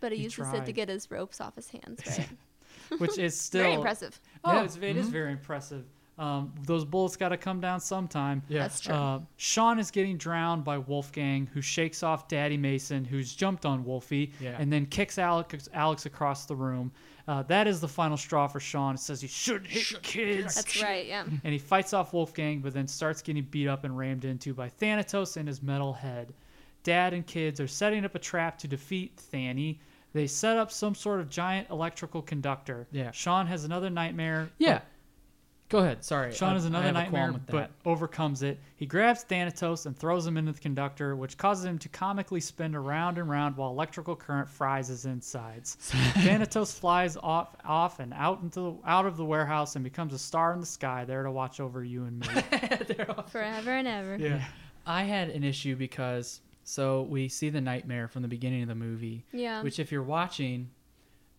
But he, He uses it to tried. get his ropes off his hands, <laughs> right? which is still Very impressive. Oh, Yeah. it's, it Mm-hmm. is very impressive. Um, those bullets got to come down sometime. Yeah. That's true. Uh, Sean is getting drowned by Wolfgang, who shakes off Daddy Mason, who's jumped on Wolfie, Yeah. and then kicks Alex, Alex across the room. Uh, that is the final straw for Sean. It says he shouldn't hit kids. <laughs> That's right, yeah. And he fights off Wolfgang, but then starts getting beat up and rammed into by Thanatos and his metal head. Dad and kids are setting up a trap to defeat Thani. They set up some sort of giant electrical conductor. Yeah. Sean has another nightmare. Yeah. Go ahead. Sorry. Sean I- has I another have a nightmare, qualm with but that. overcomes it. He grabs Thanatos and throws him into the conductor, which causes him to comically spin around and round while electrical current fries his <laughs> insides. Thanatos flies off, off and out into the, out of the warehouse and becomes a star in the sky, there to watch over you and me. <laughs> Forever and ever. yeah. I had an issue because so we see the nightmare from the beginning of the movie. Yeah. Which if you're watching,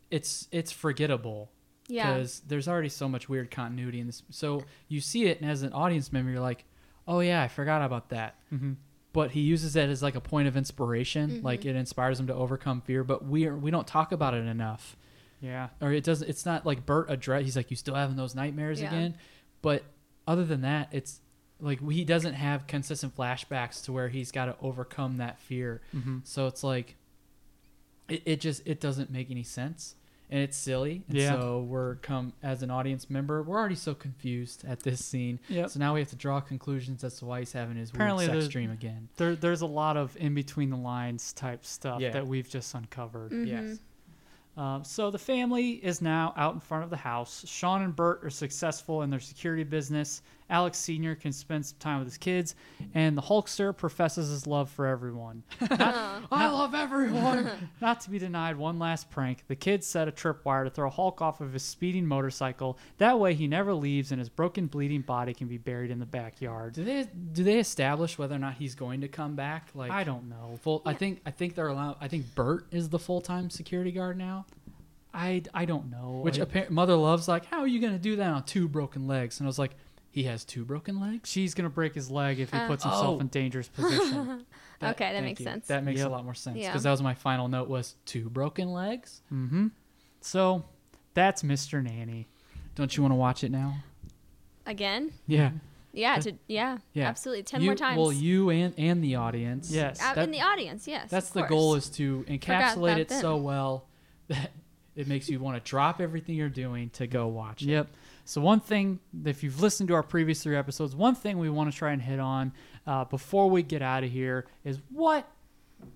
it's it's forgettable. Yeah. Because there's already so much weird continuity in this. So you see it, and as an audience member, you're like, "Oh yeah, I forgot about that." Mm-hmm. But he uses that as like a point of inspiration. Mm-hmm. Like it inspires him to overcome fear. But we are, we don't talk about it enough. yeah. or it doesn't it's not like Bert address he's like you still having those nightmares Yeah. again but other than that it's like he doesn't have consistent flashbacks to where he's got to overcome that fear so it's like it, it just it doesn't make any sense and it's silly and Yeah. so we're come as an audience member we're already so confused at this scene Yep. so now we have to draw conclusions as to why he's having his Apparently weird the- sex dream again There, there's a lot of in between the lines type stuff Yeah. that we've just uncovered. yes Um, so the family is now out in front of the house. Sean and Bert are successful in their security business. Alex Sr. can spend some time with his kids. And the Hulkster professes his love for everyone. i love everyone Not to be denied, one last prank. The kids set a tripwire to throw Hulk off of his speeding motorcycle. That way he never leaves and his broken, bleeding body can be buried in the backyard. do they do they establish whether or not he's going to come back like I don't know. full. I think I think they're allowed. I think Bert is the full time security guard now. I, I don't know. Which I- appa- mother loves like, how are you gonna do that on two broken legs? And I was like, he has two broken legs. she's going to break his leg if he puts himself Oh. in dangerous <laughs> position. Uh, Okay, that thank makes you. sense. That makes Yep. a lot more sense because Yeah. that was my final note was two broken legs. so that's Mr. Nanny. Don't you want to watch it now? Again? Yeah, Yeah, to, yeah, yeah, absolutely. Ten You- more times. Well, you and and the audience. Yes. Out that- in the audience, yes. That's of the course. goal is to encapsulate about it so well <laughs> that it makes you want to drop everything you're doing to go watch it. Yep. So one thing, if you've listened to our previous three episodes, one thing we want to try and hit on uh, before we get out of here is what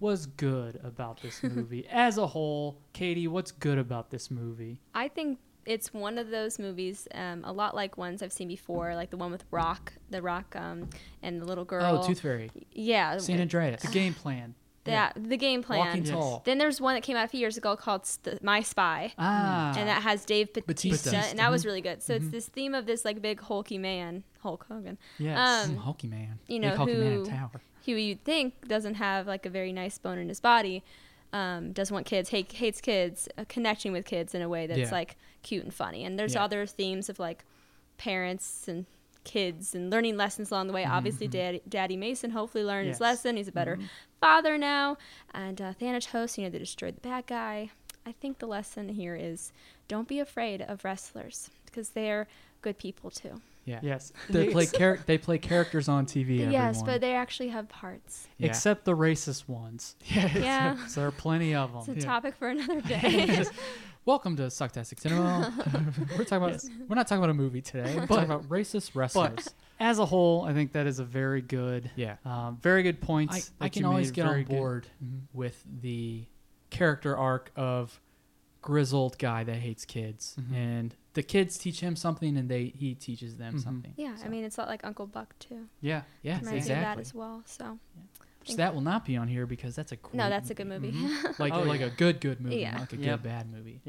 was good about <laughs> this movie as a whole. Katie, what's good about this movie? I think it's one of those movies, um, a lot like ones I've seen before, like the one with Rock, the Rock, um, and the little girl. Oh, Tooth Fairy, Yeah, San Andreas. The game plan. that the game plan. Walking Tall. Then there's one that came out a few years ago called St- My Spy. Ah. and that has Dave Batista, Batista. Mm-hmm. and that was really good. So it's this theme of this like big hulky man, Hulk Hogan. Yes. Um, Hulky Man. you Big know, Hulky Man in who- Tower. who you'd think doesn't have like a very nice bone in his body, um, doesn't want kids, hate, hates kids, uh, connecting with kids in a way that's Yeah. like cute and funny. And there's Yeah. other themes of like parents and kids and learning lessons along the Mm-hmm. way. Obviously, Daddy, Daddy Mason hopefully learned Yes. his lesson. He's a better father now. And uh, Thanatos, you know, they destroyed the bad guy. I think the lesson here is don't be afraid of wrestlers because they're good people too. Yeah. <laughs> Yes. They Ex- <laughs> play char- they play characters on TV. Everyone. Yes, but they actually <laughs> have parts. Yeah. Except the racist ones. Yeah. <laughs> So there are plenty of It's a them. topic for <laughs> another day. welcome to Sucktastic <laughs> Cinema. we're talking about we're not talking about a movie today. We're talking about racist wrestlers. But as a whole, I think that is a very good, Yeah. um, very good points. I, that I can you always made, get very on good- board with the character arc of grizzled guy that hates kids, Mhm. and the kids teach him something, and they he teaches them Mhm. something. Yeah, So- I mean, it's a lot like Uncle Buck, too. Yeah. yeah, Reminds exactly. Mm-hmm. me of that as well. So, So that will not be on here because that's a great no, that's a good movie. movie. <laughs> Mhm. <laughs> like Oh, like a good good movie, Yeah. not like a Yep. good bad movie.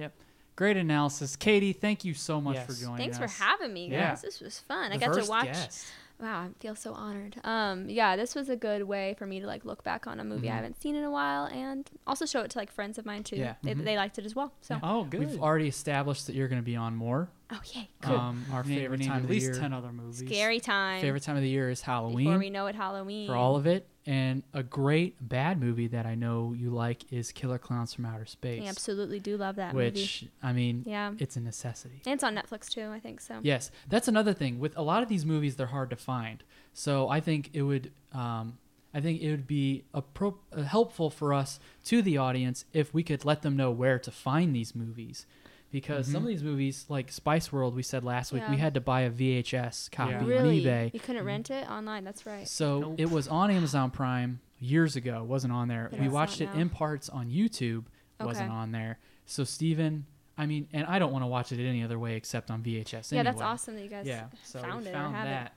Great analysis, Katie. Thank you so much for Yes. joining Thanks us. for having me, guys. Yeah. This was fun. I The got to first watch. guest. Wow, I feel so honored. Um, yeah, this was a good way for me to like look back on a movie I haven't seen in a while, and also show it to like friends of mine too. Mm-hmm. Yeah. mm-hmm. They, they liked it as well. So, Oh, good. We've already established that you're going to be on more. oh yay, Um, our We need- we favorite need time at of least the year. ten other movies. scary time. favorite time of the year is Before we Halloween know it, Halloween. for all of it, and a great bad movie that I know you like is Killer Clowns from Outer Space. I absolutely do love that movie. Which I mean, Yeah, it's a necessity. and it's on Netflix too. I think so. Yes, that's another thing. With a lot of these movies, they're hard to find. So I think it would, um, I think it would be appro- uh, helpful for us to the audience if we could let them know where to find these movies, because some Mm-hmm. of these movies, like Spice World, we said last week, we Yeah. had to buy a VHS copy Yeah. on Really, eBay. Mm-hmm. you couldn't rent it online. That's right. So Nope. it was on Amazon Prime years ago. It wasn't on there. But we it's watched it not now. in parts on YouTube. It Wasn't Okay. on there. So Steven, I mean, and I don't want to watch it any other way except on VHS. Yeah, that's anyway awesome that you guys yeah, so found we it found or have that,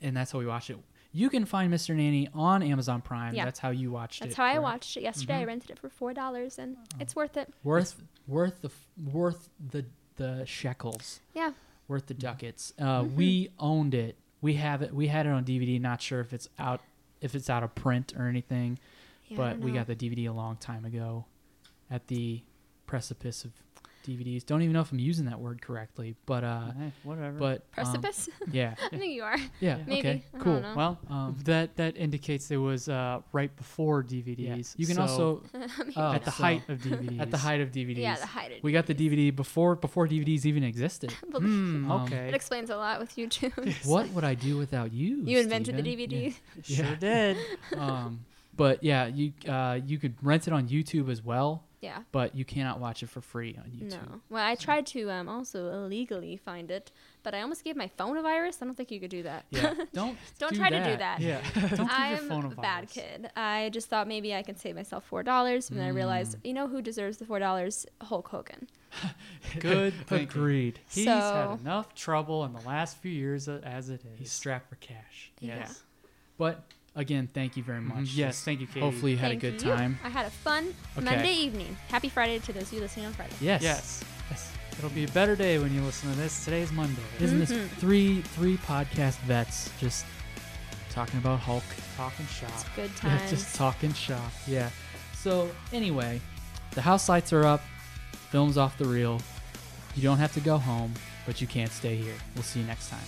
it. and that's how we watched it. You can find Mr. Nanny on Amazon Prime. Yeah. That's how you watched That's it. how I correct? watched it yesterday. Mm-hmm. I rented it for four dollars, Oh. and it's worth it. Worth worth the f- worth the the shekels, Yeah, worth the Mm-hmm. ducats. Uh, We owned it. We have it. We had it on DVD. Not sure if it's out if it's out of print or anything, Yeah, I but don't we know. got the DVD a long time ago, at the precipice of DVDs. Don't even know if I'm using that word correctly, but uh, Hey, whatever. but um, precipice. <laughs> yeah, I think you are. yeah. Maybe. Okay. I don't Cool. know. well, Um, that that indicates it was uh, right before DVDs. Yeah. You can so <laughs> also Oh, at the so- height of DVDs. <laughs> at the height of DVDs. Yeah, the height. of we got the DVD before before DVDs even <laughs> existed. Well, Hmm, Um, okay. It explains a lot with you too. <laughs> what would I do without you? you invented the Steven? DVD. <laughs> Sure did. <laughs> <laughs> Yeah. Um, but yeah, you uh, you could rent it on YouTube as well, <laughs> Yeah. but you cannot watch it for free on YouTube. <laughs> No. Well, I tried to um, also illegally find it, but I almost gave my phone a virus. I don't think you could do that. <laughs> Yeah, don't Don't try to do that. <laughs> Yeah. Don't give your I'm phone a a bad virus. kid. I just thought maybe I can save myself four dollars, Hmm. and then I realized, you know who deserves the four dollars? Hulk Hogan. Good. thinking. Agreed. He's So- had enough trouble in the last few years uh, as it is. He's strapped for cash. yes. But again, thank you very much. Mm-hmm. Yes. Thank you, Katie. Hopefully you had Thank a good you. time. I had a fun Okay. Monday evening. Happy Friday to those of you listening on Friday. Yes. Yes. yes. It'll be a better day when you listen to this. Today's Monday. Isn't this three three podcast vets just talking about Hulk? Talking shop. Good <laughs> Yeah, times. just talking shop. Yeah. So anyway, the house lights are up, film's off the reel. You don't have to go home, but you can't stay here. We'll see you next time.